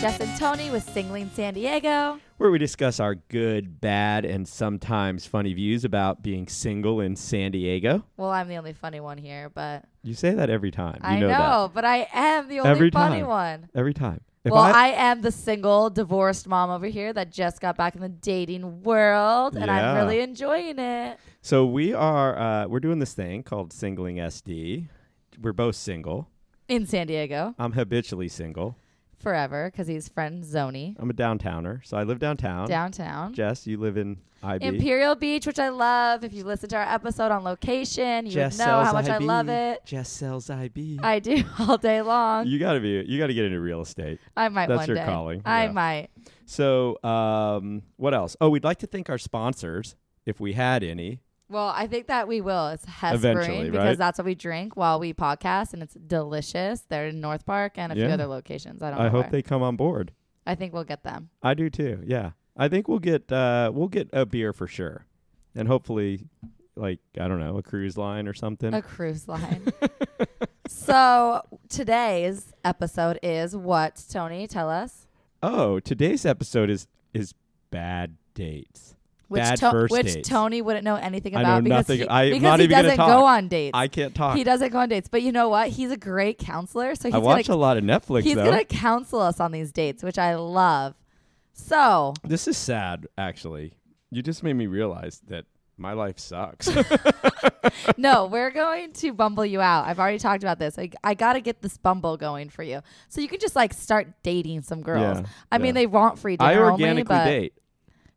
Jess and Tony with Singling San Diego. where we discuss our good, bad, and sometimes funny views about being single in San Diego. Well, I'm the only funny one here, but You say that every time. You I know, that. but I am the only Every funny time. one. Every time. If well, I, I, am the single divorced mom over here that just got back in the dating world, and I'm Yeah. really enjoying it. so we are uh, we're doing this thing called singling SD. We're both single. In San Diego I'm habitually single. forever because he's friend Zony I'm a downtowner, so I live downtown. downtown. Jess, you live in IB. Imperial Beach, which I love. If you listen to our episode on location, you Jess would know sells how much I IB. love it. Jess sells IB. I do all day long. you gotta be. You gotta get into real estate. I might That's one your day. calling, I yeah. might. So, um, what else? Oh, we'd like to thank our sponsors, if we had any. Well, I think that we will. It's Hess Eventually, Brewing because right? that's what we drink while we podcast, and it's delicious. They're in North Park and a few Yeah. other locations. I don't. I, know hope where. they come on board. I think we'll get them. I do too. Yeah, I think we'll get uh, we'll get a beer for sure, and hopefully, like I don't know, a cruise line or something. A cruise line. so today's episode is what Tony tell us. oh, today's episode is is bad dates. Which, Bad To- first which dates. Tony wouldn't know anything I about know because nothing- he, I- I'm because not he even gonna doesn't talk. go on dates. I can't talk. he doesn't go on dates, but you know what? He's a great counselor, so he's I watch gonna a lot of Netflix he's though. gonna counsel us on these dates, which I love. So This is sad, actually. You just made me realize that my life sucks. no, we're going to bumble you out. I've already talked about this. I, I got to get this bumble going for you. So you can just like start dating some girls. Yeah, I mean, yeah. they want free dinner I only, organically but date.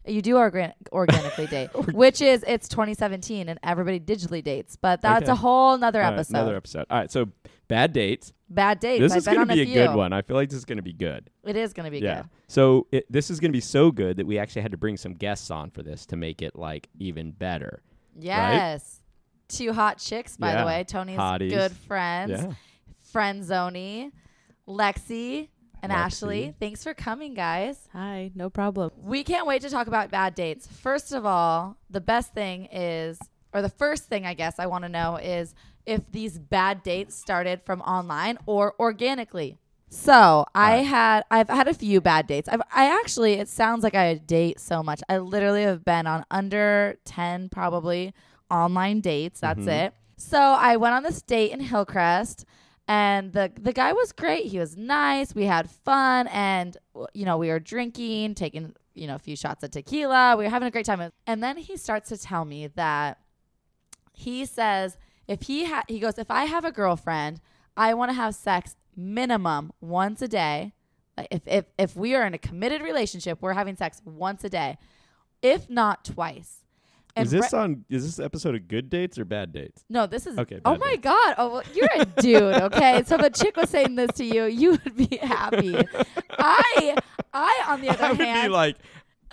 you do organ- organically date, which is it's 2017 and everybody digitally dates. But that's Okay. a whole nother All right, episode. another episode. All right, so bad dates. Bad dates. This I've is been going on to be a, few. good one. I feel like this is going to be good. It is going to be Yeah. good. So it, this is going to be so good that we actually had to bring some guests on for this to make it like even better. Yes. Two hot chicks, by Yeah. the way. Tony's Hotties. good friends. Yeah. Friend Zoni, Lexi, and Lexi. Ashley. Thanks for coming, guys. Hi, no problem. We can't wait to talk about bad dates. First of all, the best thing is, or the first thing I guess I want to know is if these bad dates started from online or organically. So I Right. had, I've had a few bad dates. I've, I actually, it sounds like I date so much. I literally have been on under 10 probably online dates. That's it. So I went on this date in Hillcrest and the the guy was great. He was nice. We had fun, and w- you know we were drinking, taking you know a few shots of tequila. We were having a great time. And then he starts to tell me that he says if he ha- he goes if I have a girlfriend, I want to have sex minimum once a day. Like if if if we are in a committed relationship, we're having sex once a day, if not twice. And Is this re- on? Is this episode of good dates or bad dates? no, this is. Okay, Oh bad my dates. god! Oh, well, you're a dude. Okay, so if a chick was saying this to you, you would be happy. I, I on the other I would hand, be like,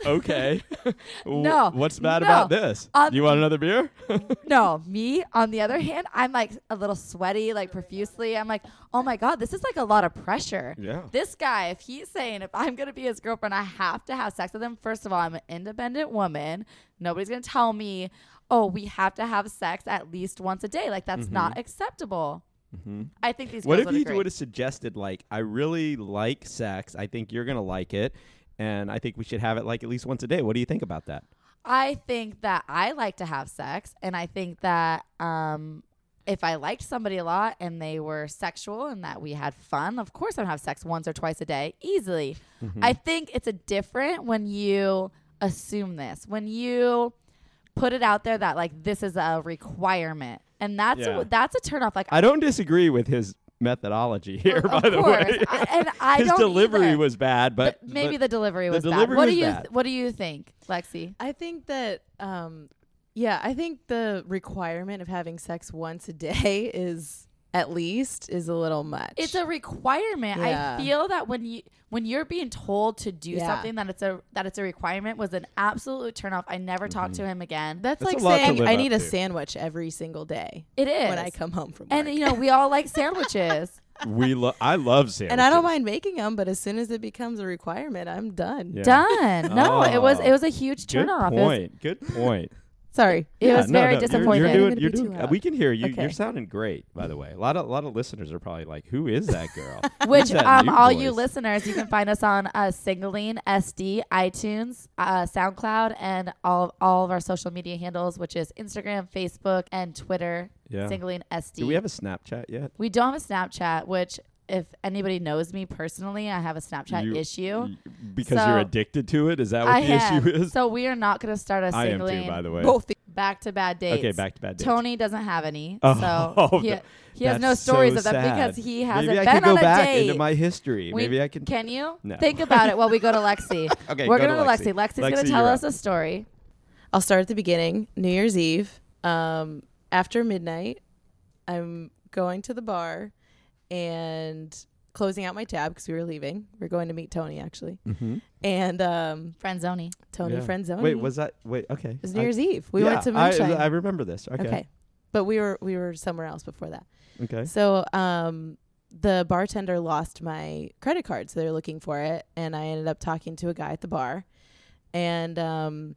okay, w- No, What's bad no. about this? Um, you want another beer? no, me on the other hand, I'm like a little sweaty, like profusely. I'm like, oh my god, this is like a lot of pressure. yeah. This guy, if he's saying if I'm gonna be his girlfriend, I have to have sex with him. First of all, I'm an independent woman. Nobody's gonna tell me, oh, we have to have sex at least once a day. Like that's not acceptable. I think these. Mm-hmm. What girls if you agree. would have suggested like, I really like sex. I think you're gonna like it, and I think we should have it like at least once a day. What do you think about that? I think that I like to have sex, and I think that um, if I liked somebody a lot and they were sexual and that we had fun, of course I'd have sex once or twice a day easily. Mm-hmm. I think it's a different when you assume this, when you put it out there that like this is a requirement, and that's Yeah. a, that's a turnoff. Like I don't disagree with his methodology here, Well, of by the way. course. I- and I his don't delivery either. was bad, but, Th- maybe but the delivery the was bad. delivery What was do you bad. what do you think, Lexi? I think that, um, yeah, I think the requirement of having sex once a day is at least is a little much. it's a requirement. Yeah. I feel that when you when you're being told to do Yeah. something that it's a that it's a requirement was an absolute turnoff. I never talked Mm-hmm. to him again. that's, That's like a lot to saying live I up need a to. sandwich every single day It is. when I come home from work. and you know, we all like sandwiches. we lo- I love sandwiches. and I don't mind making them, but as soon as it becomes a requirement, I'm done. Yeah. Done. No, it was Oh. it was a huge Good turnoff. It was- point. Good point. Sorry. It Yeah, was no, very no, you're- disappointing. You're, Gonna doing, be you're too doing, uh, loud. we can hear you. You're Okay. sounding great, by the way. A lot of, lot of listeners are probably like, who is that girl? Who's Which that um, new all you voice? listeners, you can find us on uh, Singling SD, iTunes, uh, SoundCloud, and all all of our social media handles, which is Instagram, Facebook, and Twitter. Yeah. Singling SD. Do we have a Snapchat yet? We don't have a Snapchat, which if anybody knows me personally, I have a Snapchat You- issue. Y- Because So- you're addicted to it? Is that what I the am. issue is? So we are not going to start a I am too, singling by the way. Both. e, back to bad dates. Okay, back to bad dates. Tony doesn't have any, Oh, so he, th- he has no That's stories so of that because sad. he hasn't Maybe I been can go on a back date. into my history. We- Maybe I can. Can you No. think about it while we go to Lexi? Okay, we're go to gonna Lexi. Lexi. Lexi's Lexi, gonna tell you're us a story. I'll start at the beginning. New Year's Eve, um, after midnight, I'm going to the bar and closing out my tab because we were leaving. We're going to meet Tony actually, Mhm. and um, Franzoni. Tony Yeah. Franzoni. Wait, was that? Wait, okay. it was New I- Year's Eve? We yeah, went to I- Moonshine. I, remember this. Okay. okay. Okay. but we were we were somewhere else before that. So um, the bartender lost my credit card, so they were looking for it, and I ended up talking to a guy at the bar, and um,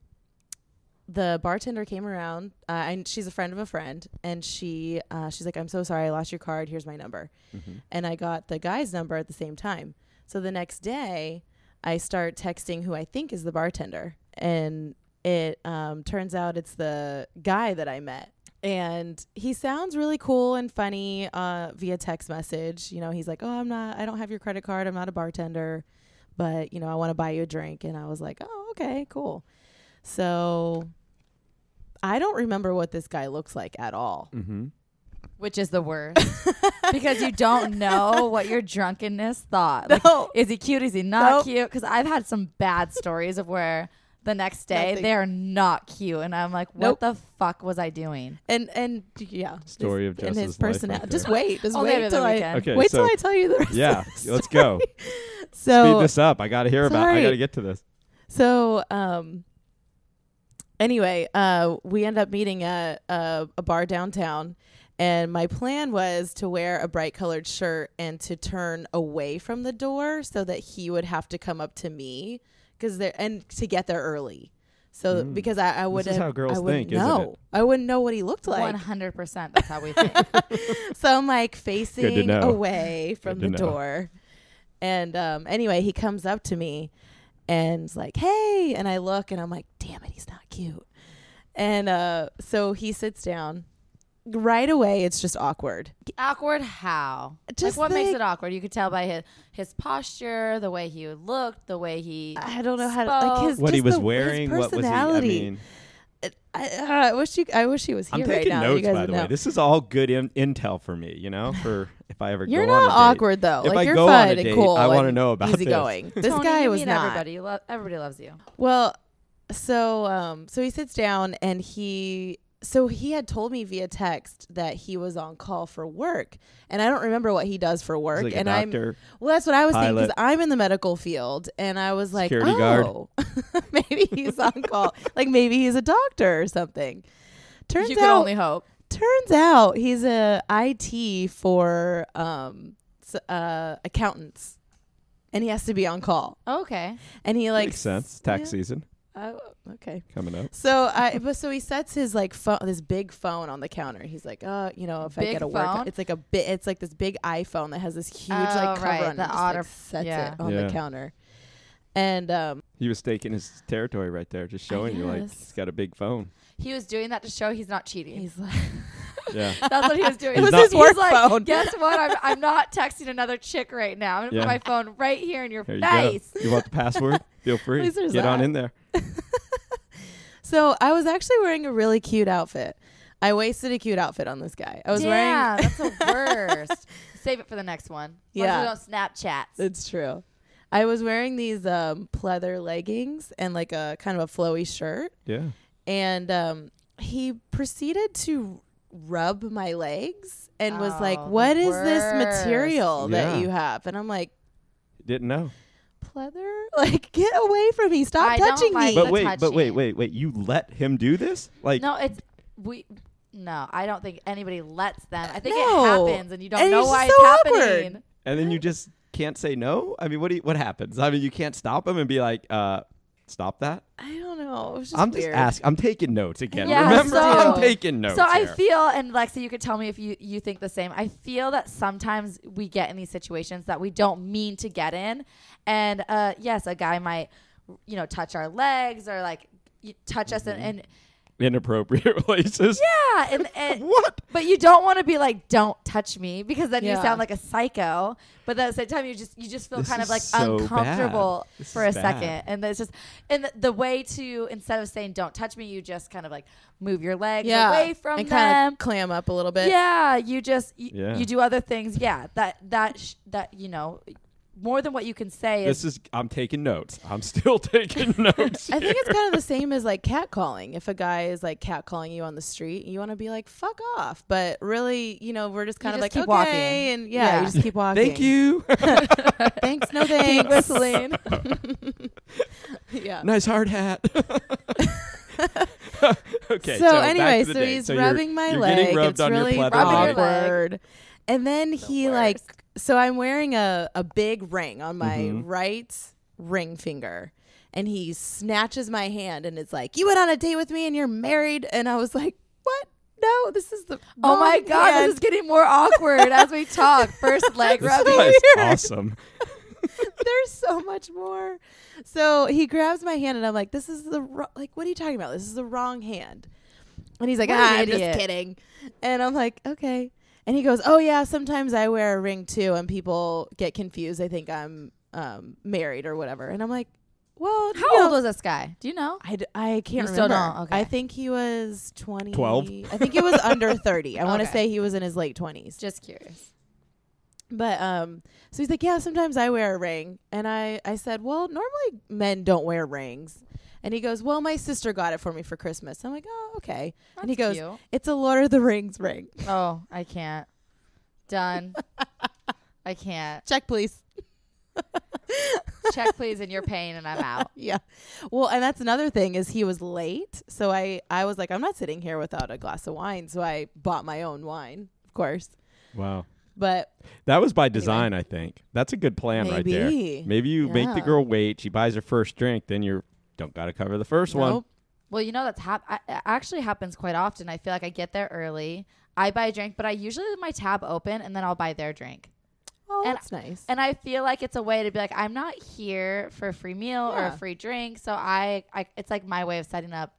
the bartender came around. Uh, and she's a friend of a friend, and she uh, she's like, "I'm so sorry, I lost your card. Here's my number." Mhm. and I got the guy's number at the same time. So the next day, I start texting who I think is the bartender, and it um, turns out it's the guy that I met. And he sounds really cool and funny uh, via text message. You know, he's like, "Oh, I'm not. I don't have your credit card. I'm not a bartender, but you know, I want to buy you a drink." And I was like, "Oh, okay, cool." So I don't remember what this guy looks like at all. Mhm. Which is the worst. because you don't know what your drunkenness thought. Like, No. is he cute? Is he not Nope. cute? Because I've had some bad stories of where the next day Nothing. they're not cute. And I'm like, what Nope. the fuck was I doing? and and yeah, Story of and his Jess's life right personality. there. Just wait, just Only wait every other till I weekend. Okay, wait so- till I tell you the rest. Yeah. of the Let's story. go. So Speed this up. I got to hear about. I Sorry. got to get to this. so um. Anyway, uh, we end up meeting at a, a bar downtown, and my plan was to wear a bright colored shirt and to turn away from the door so that he would have to come up to me because there and to get there early. So Mm. because I, I would is how girls I wouldn't think, isn't know. it? I wouldn't know what he looked like. 100% that's how we think. so I'm like facing know. away from the Good to know. door. And um, anyway, he comes up to me and's like, hey. And I look and I'm like, damn it, he's not cute. And uh, so he sits down. Right away, it's just awkward. awkward how? Just like what makes like- it awkward? You could tell by his his posture, the way he looked, the way he I don't know how to like Spoke. his What he just was the- his wearing. What was he? I personality. mean, I, uh, I wish you. I wish he was here I'm right taking now. you notes guys by would the know. way. This is all good in- intel for me. You know, for if I ever you're go on not a date. awkward though. If like I you're go on fun a and date, cool. I wanna and know about this. easygoing. This Tony, guy you was meet not. everybody. You lo- everybody loves you. Well, so um so he sits down and he so he had told me via text that he was on call for work and I don't remember what he does for He's work like a and I'm doctor. well that's what I was thinking pilot. cuz I'm in the medical field and I was like Security guard. oh maybe he's on call like maybe he's a doctor or something. Turns you out can only hope. turns out he's a IT for um s- uh accountants and he has to be on call Okay. and he like Makes sense. Tax yeah. season Uh, okay. coming up. So I but so he sets his like phone this big phone on the counter. He's like, uh, you know, if I Big get a work, phone? it's like a bit. It's like this big iPhone that has this huge Oh, like cover right, on it. the Just, auto- like, sets yeah. it on Yeah. the counter, and um, He was taking his territory right there, just showing you like guess. he's got a big phone. He was doing that to show he's not cheating. he's like, Yeah. That's what he was doing. It was He's his not- work he's like, phone. Guess what? I'm, I'm not texting another chick right now. I'm gonna Yeah. put my phone right here in your Here you face. go. You want the password? Feel free. least Get there's on that. in there. so I was actually wearing a really cute outfit. I wasted a cute outfit on this guy. I was yeah, wearing. that's the worst. Save it for the next one. Yeah. Yeah. Ones we don't Snapchats. It's true. I was wearing these um, pleather leggings and like a kind of a flowy shirt. Yeah. and um, he proceeded to rub my legs and was like, Oh, the "What is this worst. material Yeah. that you have?" And I'm like, Didn't know. "Pleather, like get away from me! Stop I don't touching like me!" the But wait, but touching. wait, wait, wait. You let him do this? Like No, it's we. No, I don't think anybody lets them. I think No. it happens, and you don't And know it's why so it's awkward. happening. and then you just can't say no? I mean, what do you, what happens? I mean, you can't stop him and be like, uh, stop that? I don't know. know. It was just I'm weird. just asking. I'm taking notes again. Yeah, Remember, so- I'm taking notes. so I here. feel, and Lexi, you could tell me if you, you think the same. I feel that sometimes we get in these situations that we don't mean to get in. And uh, yes, a guy might, you know, touch our legs or like y- touch us. Mm-hmm. And, and inappropriate places. yeah, and, and What? but you don't want to be like, don't touch me because then you Yeah. sound like a psycho. But at the same time, you just you just feel This kind of is like so uncomfortable bad. This for a is bad. second. And it's just and the, the way to instead of saying don't touch me, you just kind of like move your legs yeah, away from them. and kind of clam up a little bit. yeah, you just you, Yeah. you do other things. Yeah, that that sh- that you know more than what you can say is This is. I'm taking notes. I'm still taking notes. I think it's kind of the same as like catcalling. If a guy is like catcalling you on the street, you want to be like "fuck off," but really, you know, we're just kind just of like keep okay, walking. and yeah, Yeah. you just keep walking. Thank you. Thanks, no keep thanks. whistling. yeah. nice hard hat. okay. so, back anyway, to the so date. he's you're- rubbing my you're leg. Getting rubbed it's on really your Rubbing your plethora. leg. awkward. And then he worst. like so I'm wearing a, a big ring on my Mhm. right ring finger. And he snatches my hand and is like, You went on a date with me and you're married and I was like, What? No, this is the oh my wrong god, hand." this is getting more awkward as we talk. First leg This rubbing. guy's awesome. There's so much more. So he grabs my hand and I'm like, this is the wrong, like, what are you talking about? This is the wrong hand. And he's like, What an ah, I'm idiot." just kidding. And I'm like, okay. And he goes, oh yeah, sometimes I wear a ring too, and people get confused. They think I'm um, married or whatever. And I'm like, well, you How know, old was this guy? Do you know? I, d- I can't You remember. still don't, okay. I think he was 20. 12? I think he was under 30. I want to Okay. say he was in his late 20s. Just curious. But um, so he's like, yeah, sometimes I wear a ring, and I I said, well, normally men don't wear rings, and he goes, well, my sister got it for me for Christmas. I'm like, oh, okay, and he That's goes, cute. it's a Lord of the Rings ring. Oh, I can't. Done. I can't. Check, please. Check please in your pain and I'm out. Yeah. Well, and that's another thing is he was late, so I I was like, I'm not sitting here without a glass of wine, so I bought my own wine, of course. Wow. But That was by design, I think. That's a good plan right there. maybe Maybe you make the Yeah. girl wait. She buys her first drink, then you don't got to cover the first one. Nope. Well, you know that's hap- I, it actually happens quite often. I feel like I get there early. I buy a drink, but I usually leave my tab open and then I'll buy their drink. Oh, And- that's nice. And I feel like it's a way to be like I'm not here for a free meal or a Yeah. free drink, so I, I it's like my way of setting up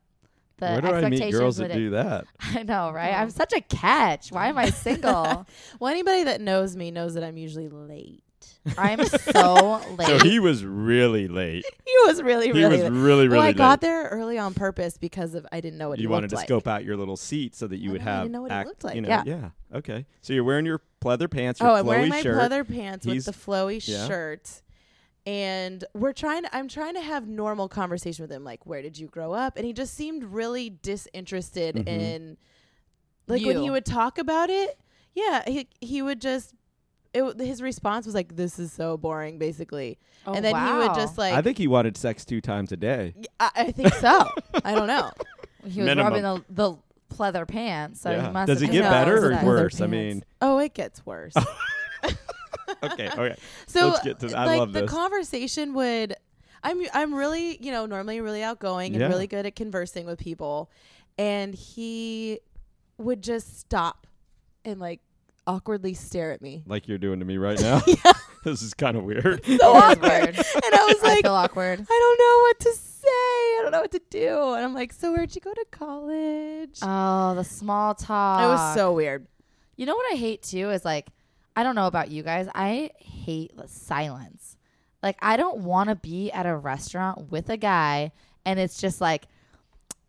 the Where do I expectations meet girls for the that day. do that? I know, right? I'm such a catch. Why am I single? well, anybody that knows me knows that I'm usually late. I'm so late. So he was really late. He was really, He really was late. really, really well, I late. got there early on purpose because of I didn't know what you he wanted looked to like. scope out your little seat so that you I would didn't even have. know what he act- looked like. You know, Yeah. yeah. Okay. So you're wearing your pleather pants, your Oh, I'm flowy wearing my shirt. pleather pants He's- with the flowy yeah. shirt, and we're trying. To, I'm trying to have normal conversation with him, like where did you grow up? And he just seemed really disinterested Mhm. in, like when he You. would talk about it. Yeah, he he would just. It, w- his response was like, "This is so boring," basically, Oh, and then he would wow. just like, I think he wanted sex two times a day. "Y- I, I think so. I don't know. He was Minimum. rubbing the, the pleather pants. So yeah. he must Does it have get been- No, it's better not or pleather worse? I pants. mean, Oh, it gets worse. okay, okay. So Let's get to th- I like love the this. conversation would I'm I'm really, you know, normally really outgoing and Yeah. really good at conversing with people and he would just stop and like awkwardly stare at me. Like you're doing to me right now. this is kind of weird. So It is awkward. weird. and I was I like feel awkward. I don't know what to say. I don't know what to do. And I'm like, "So where'd you go to college?" Oh, the small talk. it was so weird. You know what I hate too is like, I don't know about you guys. I hate silence. Like, I don't want to be at a restaurant with a guy and it's just like,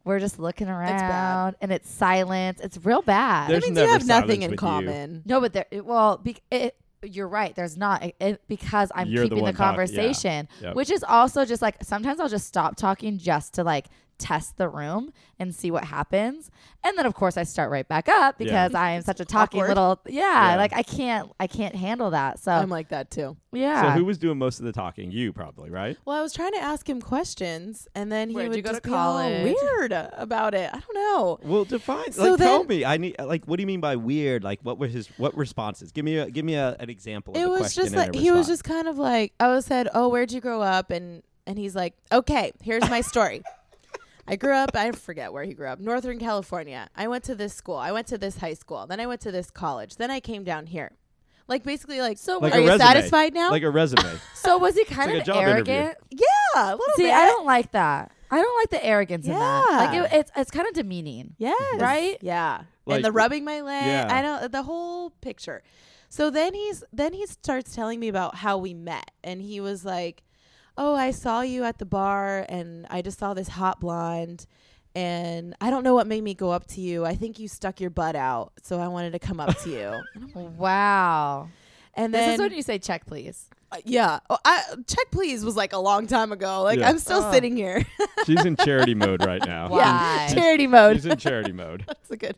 we're just looking bad. around and it's silence. It's real bad. There's that means you never have nothing silence with in you. common. No, but there. it- Well, be, it, you're right. There's not it, it- because I'm You're the keeping the, one talk- yeah. conversation, Yep. which is also just like sometimes I'll just stop talking just to like test the room and see what happens, and then of course I start right back up because I am such a talking Awkward. little. Yeah, Yeah. like I can't, I can't handle that. So I'm like that too. So yeah, who was doing most of the talking? You probably, right? Well, I was trying to ask him questions, and then he Where'd you would go to just be all college? weird about it. I don't know. Well, define. So like, tell then- me. I need. Like, what do you mean by weird? Like, what were his what responses? Give me a give me a, an example. It of a was question just and like a he was response. just kind of like I was said, "Oh, where'd you grow up?" and and he's like, "Okay, here's my story." I grew up, I forget where he grew up, Northern California. I went to this school. I went to this high school. Then I went to this college. Then I came down here. Like basically like So was- Like a are you resume. satisfied now? like a resume. so was he kind like a of job arrogant? interview. yeah, a little See, bit. I don't like that. I don't like the arrogance in that. Yeah. Like it, it's it's kind of demeaning. Yes. Right? Yeah. Like- and the rubbing my leg. Yeah. I don't the whole picture. So then he's then he starts telling me about how we met and he was like, "Oh, I saw you at the bar and I just saw this hot blonde and I don't know what made me go up to you. I think you stuck your butt out, so I wanted to come up to you." Wow. And This Oh then is when you say check please. uh, yeah, oh, I, check please was like a long time ago. Like Yeah. I'm still Oh. sitting here. She's in charity mode right now. Wow. Why? Charity mode. She's in charity mode. That's a good.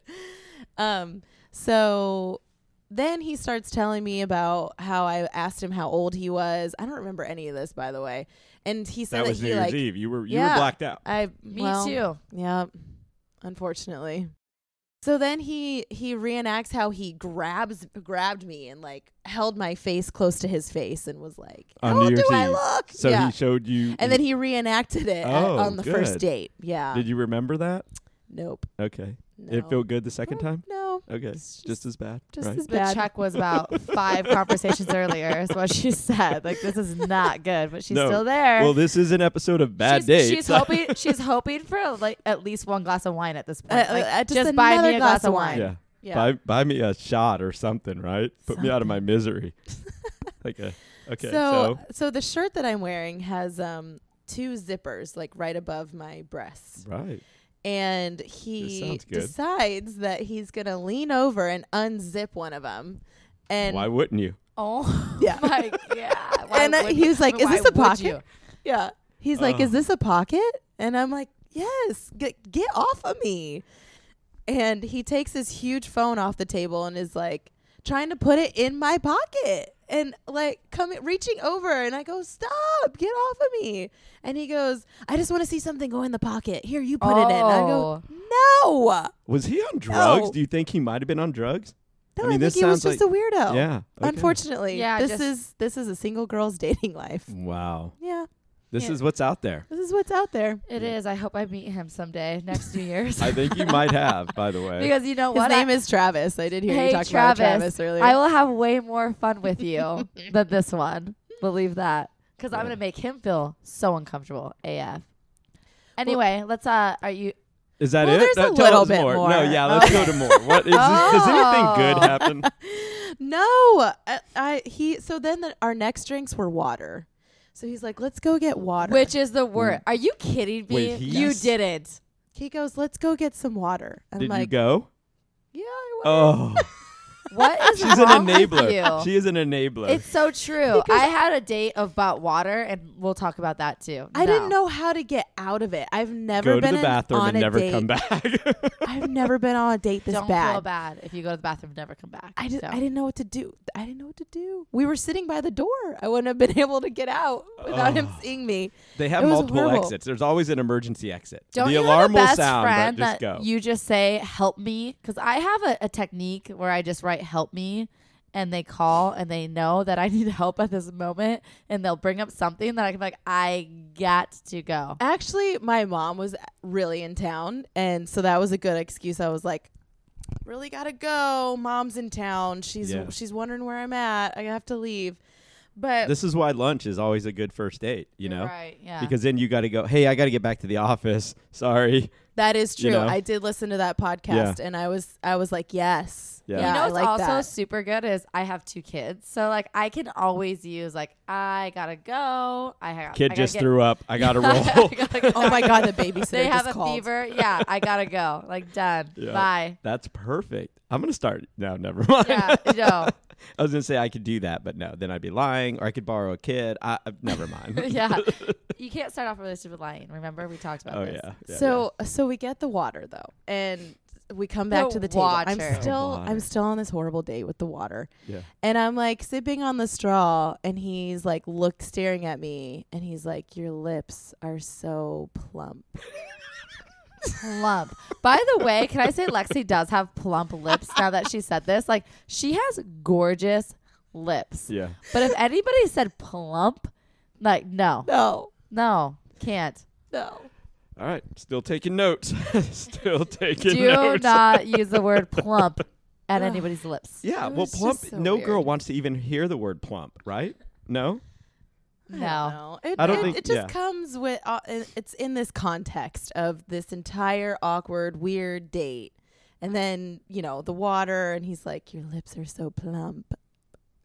Um, so then he starts telling me about how I asked him how old he was. I don't remember any of this, by the way. And he said That that, was New he Year's like Eve. You were you Yeah. were blacked out. I Me well, too. Yeah, unfortunately. So then he he reenacts how he grabs grabbed me and like held my face close to his face and was like, On "How New do Year's I Eve. look?" So yeah. he showed you. and then he reenacted it at- Oh, on the good. first date. Yeah. did you remember that? nope. Okay. No. Did it feel good the second time? No. Okay. It's Just, as bad. just right? as The bad. check was about five conversations earlier, is what she said. Like this is not good, but she's No. still there. well, this is an episode of bad she's, dates. She's hoping she's hoping for like at least one glass of wine at this Uh, point. uh, Like, uh, just, buy another me a glass of wine. yeah. Yeah. Buy buy me a shot or something, right? Put me out of my misery. like a, okay. so, So, so the shirt that I'm wearing has um two zippers like right above my breast. right. And he sounds good. decides that he's going to lean over and unzip one of them. And Why wouldn't you? Oh Yeah. my god! Why And, uh, would- he was like, I "Is mean, this why a would pocket?" you? yeah, he's like, Oh. "Is this a pocket?" And I'm like, "Yes, get get off of me." And he takes his huge phone off the table and is like trying to put it in my pocket and like coming reaching over and I go, "Stop, get off of me." And he goes, "I just want to see something go in the pocket. Here, you put it in." And I Oh, go, "No." Was he on drugs? No. Do you think he might have been on drugs? No, I I, mean, this think he was sounds just a weirdo. Yeah. okay. Unfortunately, Yeah, this just- is this is a single girl's dating life. Wow. Yeah, This Yeah. is what's out there. this is what's out there. It is. I hope I meet him someday next New Year's. I think you might have, by the way. because you know His what? name I, is Travis. I did hear Hey, you talk about Travis. Travis earlier. I will have way more fun with you than this one. Believe that, because Yeah. I'm gonna make him feel so uncomfortable AF. Anyway, let's. Uh, are you? is that Well, it? there's No, a tell little us bit more. more. No, yeah, let's go to more. What is this, does anything good Oh. happen? no, I, I he. So then the, our next drinks were water. So he's like, "Let's go get water." Which is the word? Are you kidding me? Mm. Wait, he- you Yes. didn't. he goes, "Let's go get some water." I'm Did like, you go? "Yeah, I went." Oh, What is she's an wrong with enabler. you? She is an enabler. It's so true. I had a date about water, and we'll talk about that too. I didn't No. know how to get out of it. I've never go to been the in- bathroom on and a never date. come back. I've never been on a date this Don't bad. feel bad if you go to the bathroom, never come back. I, did, So. I didn't know what to do. I didn't know what to do. We were sitting by the door. I wouldn't have been able to get out without him Oh. seeing me. They have It was multiple horrible. exits. There's always an emergency exit. Don't the you alarm have a best will sound, friend but just that go. you just say "help me"? Because I have a, a technique where I just write "help me," and they call and they know that I need help at this moment, and they'll bring up something that I can be like, "I got to go." Actually, my mom was really in town, and so that was a good excuse. I was like, "Really gotta go. Mom's in town. She's Yeah. she's wondering where I'm at. I have to leave." But this is why lunch is always a good first date, you know? right? Yeah. Because then you got to go, hey, I got to get back to the office. Sorry. that is true. you know. I did listen to that podcast, and I was I was like, "Yes, Yeah. yeah, You you know I what's like also that." super good is I have two kids, so like I can always use like I gotta go. I ha- Kid I gotta just get- threw up. I got to roll. I gotta go. Oh my god, the babysitter they just have a called. fever. Yeah, I gotta go. Like done. Yeah. Bye. That's perfect. I'm going to start. No, never mind. Yeah. No. I was going to say I could do that, but no, then I'd be lying or I could borrow a kid. I, I- never mind. yeah. You can't start off a relationship with lying. Remember we talked about oh, this. yeah. yeah, so so we get the water though, and we come back The to the table. water. I'm The still water. I'm still on this horrible date with the water. yeah. And I'm like sipping on the straw, and he's like, look, staring at me, and he's like, Your lips are so plump. Plump. By the way, can I say Lexi does have plump lips now that she said this? Like she has gorgeous lips. Yeah. But if anybody said plump, like no. No, No. Can't. no. All right, still taking notes. still taking Do notes. not use the word plump at anybody's lips. yeah, It well, was just plump. so no girl weird. wants to even hear the word plump, right? No. I don't No. know. It, I don't it, think- it just yeah. comes with. Uh, it- it's in this context of this entire awkward, weird date, and then you know the water, and he's like, "Your lips are so plump."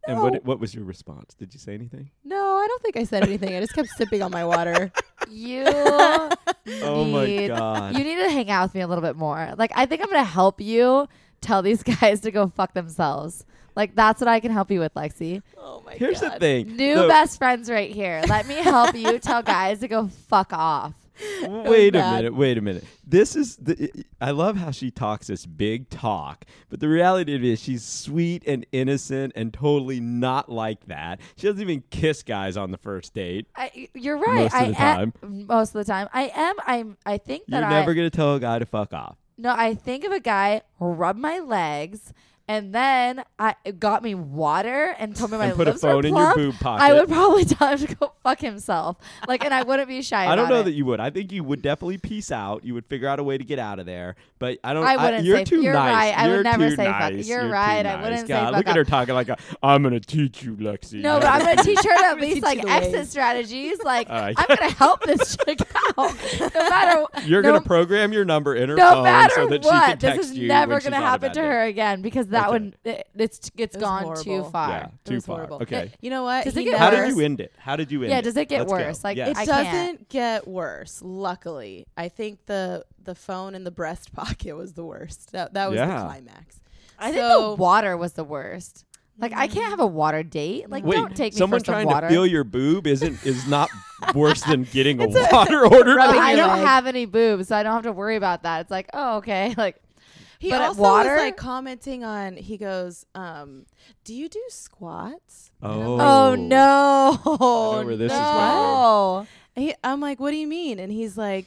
And No. what what was your response? Did you say anything? No, I don't think I said anything. I just kept sipping on my water. You Oh my need- god. you need to hang out with me a little bit more. Like I think I'm gonna help you tell these guys to go fuck themselves. Like that's what I can help you with, Lexi. Oh my Here's the god! thing. New the- best friends right here. Let me help you tell guys to go fuck off. wait a bad. minute. Wait a minute. This is the. I love how she talks this big talk, but the reality of it is she's sweet and innocent and totally not like that. She doesn't even kiss guys on the first date. I, you're right. Most of I the am- most of the time, I am. I'm. I think that You're I never gonna tell a guy to fuck off. no. I think of a guy rub my legs, and then I it got me water and told me my And put a lips were phone in your plump, boob pocket. I would probably tell him to go fuck himself. Like, and I wouldn't be shy. I don't about know it. that you would. I think you would definitely peace out. You would figure out a way to get out of there. But I don't. I wouldn't you're say- too you're nice. right. I would You're never too say fuck- nice. you're too right. I nice. wouldn't say God, fuck look at off. her talking like, a, "I'm gonna teach you, Lexi." No, but I'm gonna teach her to at gonna least teach like you the exit ways. strategies. Like All right. I'm gonna help this chick out, no matter You're no, gonna program your number in her no phone matter so that what. she can text this is you never when gonna she's on a happen bad to date. her again because that Okay. one it, it's it's was gone too horrible. far. Yeah, It too was far. horrible. Okay. You know what? Does it He get How worse? did you end it? How did you end Yeah, it? does it get Let's go. worse? Like, Yes. It I doesn't can't. get worse. Luckily, I think the the phone in the breast pocket was the worst. That that was Yeah. the climax. I So- think the water was the worst. Like I can't have a water date. Like Wait, don't take me someone for some trying water. to feel your boob isn't is not worse than getting a water order. But rubbing I your don't leg. have any boobs, so I don't have to worry about that. It's like, oh, okay. Like, He But at also water- was like commenting on. He goes, um, "Do you do squats?" And I'm like- oh, no, where this is no. He, I'm like, "What do you mean?" And he's like,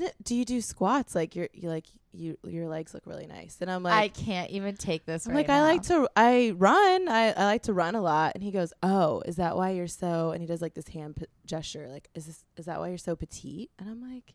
"N- "Do you do squats? Like your you like you your legs look really nice." And I'm like, I can't even take this. I'm right like, I like to, I run. I, I like to run a lot. And he goes, Oh, is that why you're so, and he does like this hand p- gesture. Like, is this, is that why you're so petite? And I'm like,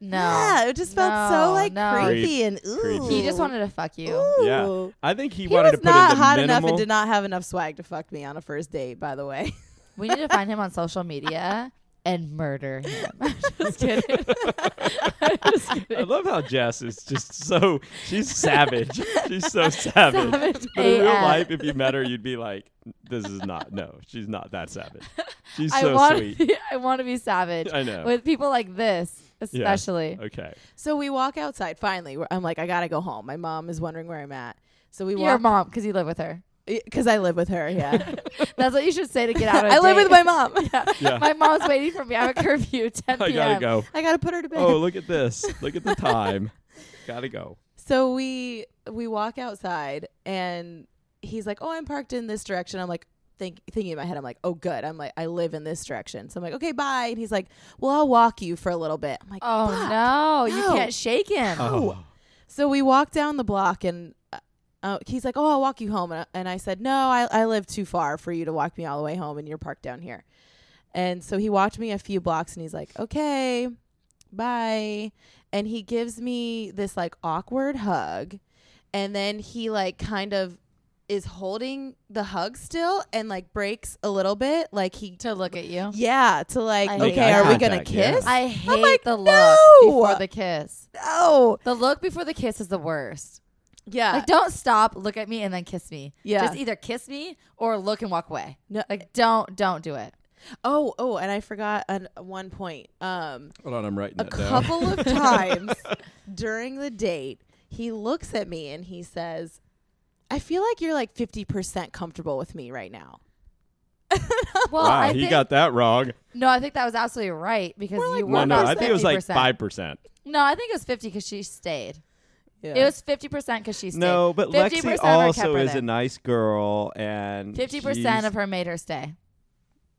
no. Yeah, it just felt so No, like no. creepy and ooh. Creepy. He just wanted to fuck you. Ooh. Yeah. I think he, He, wanted was to put not in the hot enough minimal. and did not have enough swag to fuck me on a first date, by the way. We need to find him on social media and murder him. I'm just kidding. I'm just I kidding. love how Jess is just so she's savage. she's so savage. Savage But in real AF. life, if you met her, you'd be like, "This is not. No, she's not that savage. She's I so want. sweet." I want to be savage I know. with people like this, especially. okay. so we walk outside finally. We're- I'm like, I got to go home. My mom is wondering where I'm at. So we Your walk mom, because you live with her. because I live with her. Yeah. That's what you should say to get out of. I I live with my mom. Yeah. My mom's waiting for me. I have a curfew, 10 p.m. I gotta go. I got to put her to bed. Oh, look at this. Look at the time. gotta go. So we we walk outside and he's like, "Oh, I'm parked in this direction." I'm like, think, thinking in my head, I'm like, "Oh, good. I'm like, I live in this direction." So I'm like, "Okay, bye." And he's like, "Well, I'll walk you for a little bit." I'm like, Oh "Fuck." no, you No. can't shake him. Oh. So we walk down the block and uh, uh, he's like, "Oh, I'll walk you home." And I, and I said, "No, I I live too far for you to walk me all the way home, and you're parked down here." And so he walked me a few blocks, and he's like, "Okay, bye." And he gives me this like awkward hug, and then he like kind of is holding the hug still and like breaks a little bit, like he To look at Oh. you, yeah to like I okay, hate are we that. gonna Contact, yeah. kiss? I hate like, the look "No!" before the kiss. oh The look before the kiss is the worst. yeah, Like, don't stop, look at me, and then kiss me. Yeah. just either kiss me or look and walk away. No. like don't, don't do it. oh oh, and I forgot an, one point. Um, Hold on, I'm writing a that down. couple of times during the date, he looks at me and he says, I feel like you're like 50% comfortable with me right now. Well, wow, I he think, got that wrong. no, I think that was absolutely right because We're you like were no, about no, I think it was like 50%. five percent. No, I think it was fifty because she stayed. Yeah. It was fifty percent because she stayed. No, but 50% Lexi of her kept also her is there. a nice girl, and Fifty she's- percent of her made her stay.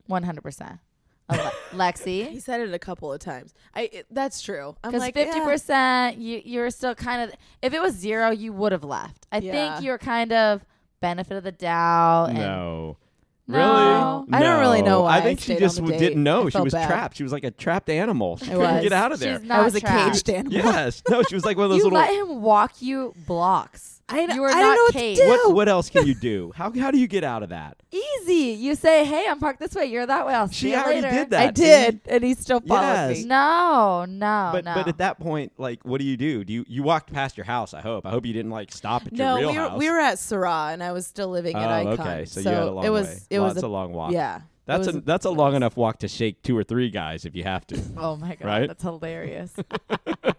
One hundred percent. Oh, he Lexi, said it a couple of times. I it- that's true. I'm because like fifty 50%. percent, you you're still kind of. If it was zero, you would have left. I Yeah. think you were kind of benefit of the doubt. And No. No. Really? I don't really know No. why I think I she stayed just on the w- date. didn't know. I she felt was bad. trapped. She was like a trapped animal. She I couldn't was. get out of there. She's not I was a trapped. caged animal. yes. No, she was like one of those You little. let him walk you blocks. I, You were I not don't know what caged. to do. what what else can you do? How how do you get out of that? Easy. You say, "Hey, I'm parked this way. You're that way. I'll see She you already later." did I that. and did, and he still followed Yes. me. No, Oh, no, but no. but at that point, like, what do you do? Do you you walked past your house? I hope. I hope you didn't like stop at your No, real we were, house. we were at Syrah, and I was still living oh, at Icon. okay. So, you had a long it was way. it well, was that's a, long walk. yeah. it That's a was that's a long enough walk to shake two or three guys if you have to. oh my god, Right? that's hilarious. All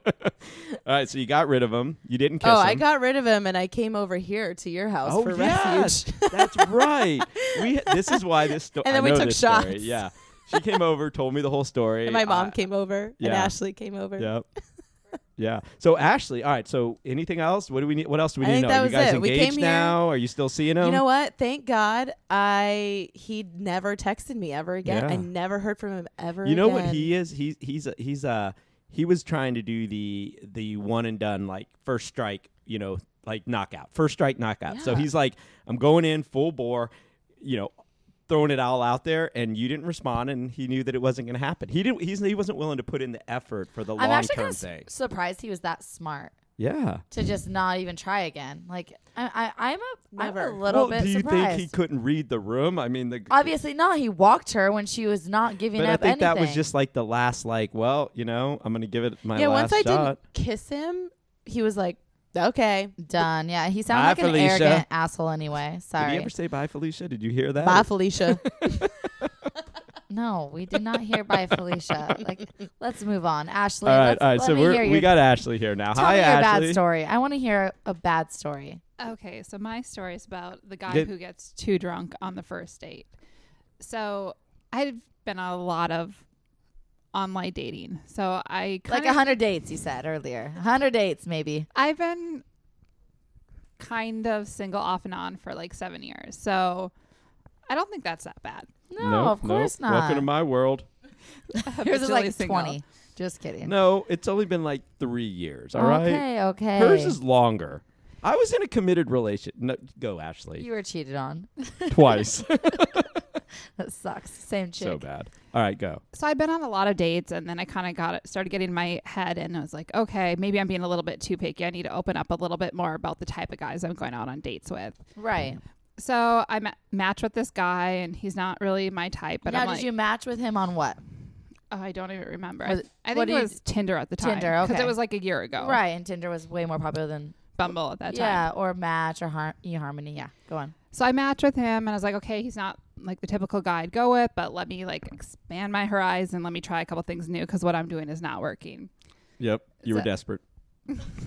right, so you got rid of him. You didn't kiss Oh, him. I got rid of him, and I came over here to your house Oh for yes, refuge. that's right. We this is why this story. And then I we know took this Story. shots. Yeah, she came over, told me the whole story. and my mom I- came over, yeah. and Ashley came over. Yep. Yeah. So Ashley, all right. So anything else? What do we need? What else do we I need to know? think that Are you was guys it. We engaged came here- now? Are you still seeing him? You know what? Thank God, I he never texted me ever again. Yeah. I never heard from him ever. You know what again. he is? He's he's a, he's uh he was trying to do the the one and done like first strike, you know, like knockout. First strike knockout. So Yeah. he's like I'm going in full bore, you know, throwing it all out there and you didn't respond and he knew that it wasn't going to happen. He didn't he's he wasn't willing to put in the effort for the I'm long actually kind term of thing. surprised he was that smart Yeah. to just not even try again. Like I, I I'm a, I'm Never. a little well, bit do you surprised. think he couldn't read the room? I mean, the Obviously not. He walked her when she was not giving but I up think anything. that was just like the last like, well, you know, I'm going to give it my yeah, last once I shot. didn't kiss him, he was like, "Okay, done. Yeah, he sounds Bye, like an Felicia. arrogant asshole anyway. Did Sorry. he ever say bye, Felicia? Did you hear that? bye, Felicia." no, we did not hear by Felicia. Like, let's move on. Ashley, all right, let's, all right. let So me hear we're, your, we got Ashley here now. tell Hi, me your Ashley. bad story. I want to hear a bad story. Okay, so my story is about the guy Did- who gets too drunk on the first date. So I've been on a lot of online dating. So I kind Like a hundred dates, you said earlier. A hundred dates, maybe. I've been kind of single off and on for like seven years. So I don't think that's that bad. No, Nope, of course nope. not. Welcome to my world. Yours is Habitually like single. twenty. Just kidding. No, it's only been like three years. All right. Okay, okay. Hers is longer. I was in a committed relation. No, go, Ashley. you were cheated on. Twice. That sucks. Same chick. so bad. All right, go. so I've been on a lot of dates, and then I kind of got it, started getting in my head, and I was like, okay, maybe I'm being a little bit too picky. I need to open up a little bit more about the type of guys I'm going out on dates with. Right. So I ma- match with this guy, and he's not really my type. But now, I'm did like, you match with him on what? oh, I don't even remember. I, Was it- I what think do it you was Tinder at the time. Tinder, okay. it was like a year ago. Right. And Tinder was way more popular than Bumble at that time. yeah, or Match or Har- eHarmony. Yeah, go on. So I matched with him, and I was like, okay, he's not like the typical guy I'd go with, but let me like expand my horizon. Let me try a couple things new because what I'm doing is not working. Yep. You were So- desperate.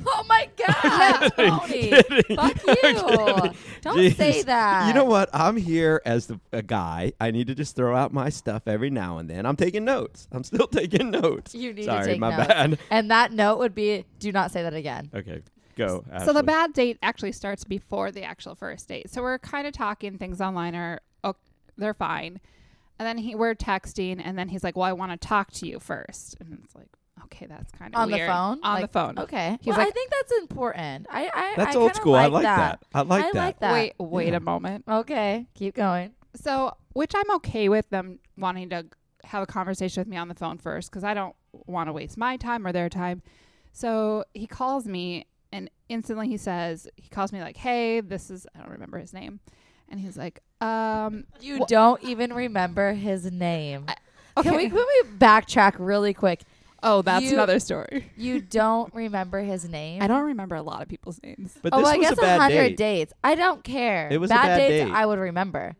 Oh my God, Tony! Fuck you! Don't say Jeez. that. You know what? I'm here as the, a guy. I need to just throw out my stuff every now and then. I'm taking notes. I'm still taking notes. You need Sorry, to take my notes. bad. And that note would be: Do not say that again. Okay, go. So the Ashley. bad date actually starts before the actual first date. So we're kind of talking things online are oh, they're fine, and then he we're texting, and then he's like, "Well, I want to talk to you first. and it's like, "Okay, that's kind of On the weird. phone? On the Like, phone. Okay. He's well, I like- think that's important. I, I That's I old kinda school. I like that. that. I like I that. like that. Wait, wait a moment. Okay, keep going. So which I'm okay with them wanting to have a conversation with me on the phone first because I don't want to waste my time or their time. So he calls me and instantly he says he calls me like, "Hey, this is I don't remember his name," and he's like, "Um, You Well- don't even remember his name. I- Can we can we backtrack really quick? Oh, that's You- another story. You don't remember his name. I don't remember a lot of people's names. But oh, this well, I was guess a bad hundred date. dates. I don't care. It was a bad, bad dates. date. I would remember.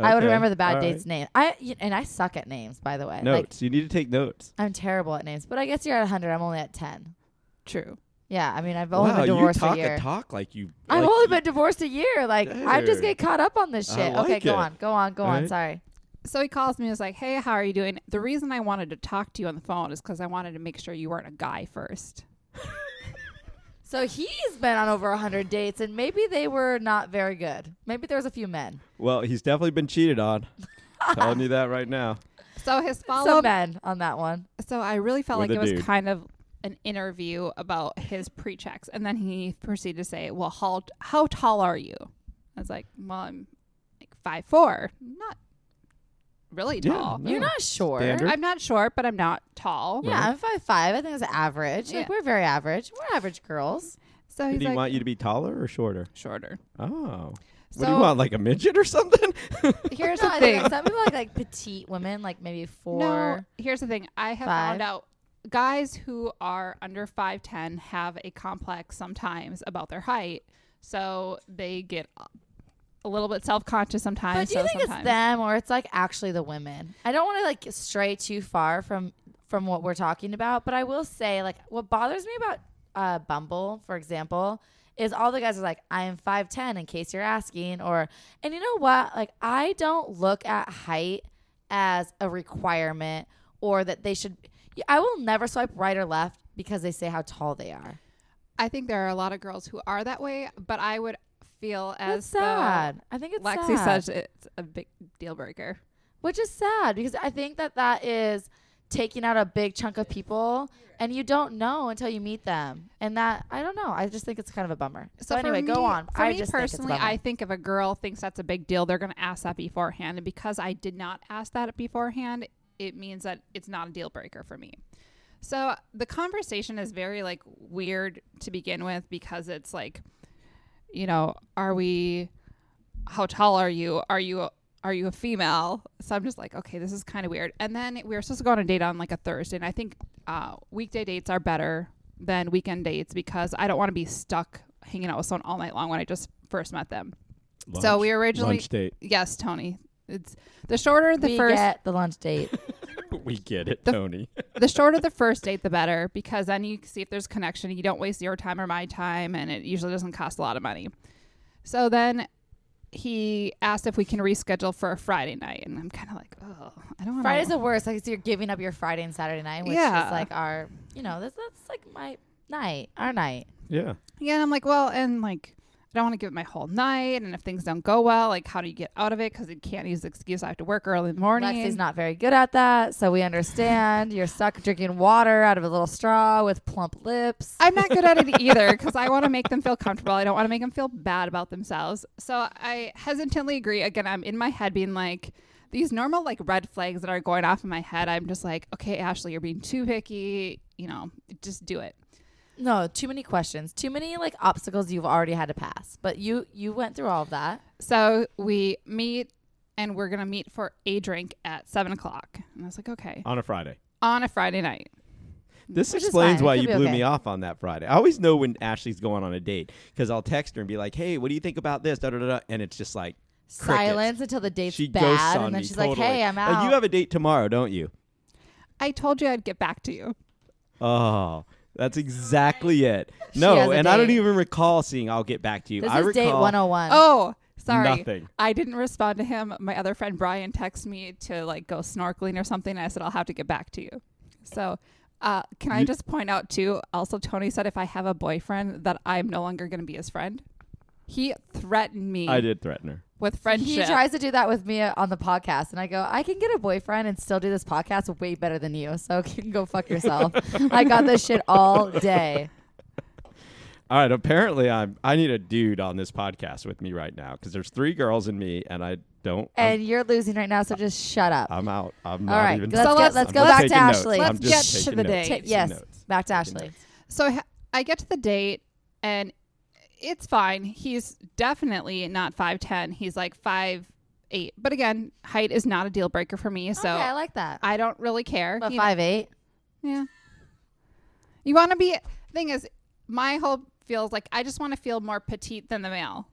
I would Okay, remember the bad all date's name. I y- and I suck at names, by the way. right. Like Notes. you need to take notes. I'm terrible at names, but I guess you're at 100. I'm only at 10. True. Yeah, I mean I've only wow, been divorced you talk a year. a talk like you. I've like only you- been divorced a year. Like I just get Dude. caught up on this I shit. okay, like go it. on, go on, go on. Right? Sorry. So he calls me and is like, Hey, how are you doing? The reason I wanted to talk to you on the phone is because I wanted to make sure you weren't a guy first. So he's been on over 100 dates, and maybe they were not very good. Maybe there was a few men. Well, he's definitely been cheated on. Telling you that right now. So his follow Some up men on that one. So I really felt With like it a was dude. kind of an interview about his pre checks. And then he proceeded to say, Well, how, how tall are you? I was like, Well, I'm like five four, not really Yeah, tall. no. You're not short. Standard. I'm not short, but I'm not tall. Yeah, I'm five five. I think that's average. Yeah. Like we're very average. We're average girls. So Do he's you like want you to be taller or shorter? shorter. Oh. So what do you want, like a midget or something? here's No, the I thing. think some people like like petite women, like maybe four. No, here's the thing. I have five. found out guys who are under 5'10 have a complex sometimes about their height. So they get a little bit self conscious sometimes. But do you so think sometimes. it's them or it's like actually the women? I don't want to like stray too far from from what we're talking about, but I will say like what bothers me about uh, Bumble, for example, is all the guys are like, "I am five ten," in case you're asking, or and you know what? Like I don't look at height as a requirement or that they should. I will never swipe right or left because they say how tall they are. I think there are a lot of girls who are that way, but I would feel That's as though sad. I think it's Lexi sad. says it's a big deal breaker. which is sad because I think that that is taking out a big chunk of people, and you don't know until you meet them, and that I don't know. I just think it's kind of a bummer. So, for anyway, me- go on. For I me just personally, think it's a I bummer. think if a girl thinks that's a big deal, they're going to ask that beforehand. And because I did not ask that beforehand, it means that it's not a deal breaker for me. So the conversation is very like weird to begin with because it's like, you know, are we? How tall are you? Are you? Are you a female? So I'm just like, okay, this is kind of weird. And then we were supposed to go on a date on like a Thursday, and I think uh, weekday dates are better than weekend dates because I don't want to be stuck hanging out with someone all night long when I just first met them. so we originally, lunch date. yes, Tony. It's the shorter the we first get the lunch date. we get it, The- Tony. the shorter the first date, the better, because then you see if there's connection. You don't waste your time or my time, and it usually doesn't cost a lot of money. So then he asked if we can reschedule for a Friday night, and I'm kind of like, oh, I don't want Friday's the worst. Like so you're giving up your Friday and Saturday night, which Yeah. is like our, you know, that's that's like my night, our night. Yeah. Yeah, and I'm like, well, and like, I don't want to give it my whole night. And if things don't go well, like, how do you get out of it? Because it can't use the excuse I have to work early in the morning. Lexi's not very good at that, so we understand. You're stuck drinking water out of a little straw with plump lips. I'm not good at it either because I want to make them feel comfortable. I don't want to make them feel bad about themselves. So I hesitantly agree. Again, I'm in my head being like, these normal like red flags that are going off in my head. I'm just like, okay, Ashley, you're being too picky. You know, just do it. No, too many questions, too many like obstacles you've already had to pass. But you you went through all of that. So we meet and we're going to meet for a drink at seven o'clock. And I was like, okay, On a Friday. on a Friday night. This Mm, Which is explains fine. It why could you be blew okay. me off on that Friday. I always know when Ashley's going on a date because I'll text her and be like, "Hey, what do you think about this?" Da da da, da. and it's just like crickets. silence until the date's she ghosts bad, on and then me she's like, totally. "Hey, I'm out." you have a date tomorrow, don't you? I told you I'd get back to you. Oh, that's exactly it. She has No, a and I don't date. even recall seeing. I'll get back to you. this I is recall date 101. Oh, sorry. Nothing. I didn't respond to him. My other friend Brian texted me to like go snorkeling or something. And I said I'll have to get back to you. So, uh, can I You- just point out too? Also, Tony said if I have a boyfriend, that I'm no longer going to be his friend. He threatened me I did threaten her. with friendship. He tries to do that with me on the podcast, and I go, "I can get a boyfriend and still do this podcast way better than you, so you can go fuck yourself." I got this shit all day. All right. Apparently, I'm. I need a dude on this podcast with me right now because there's three girls and me, and I don't. And you're losing right now, so just shut up. I'm, I'm out. I'm All not right, even. let's So get- let's- let's I'm go just back to taking notes. Ashley. I'm Let's just get to taking the notes. date. Taking yes, notes. back to Taking Ashley. So I, ha- I get to the date and it's fine. He's definitely not 5'10. He's like five eight. But again, height is not a deal breaker for me. So okay, I like that. I don't really care. But you know? five eight. Yeah. You want to be. Thing is, my whole feels like I just want to feel more petite than the male.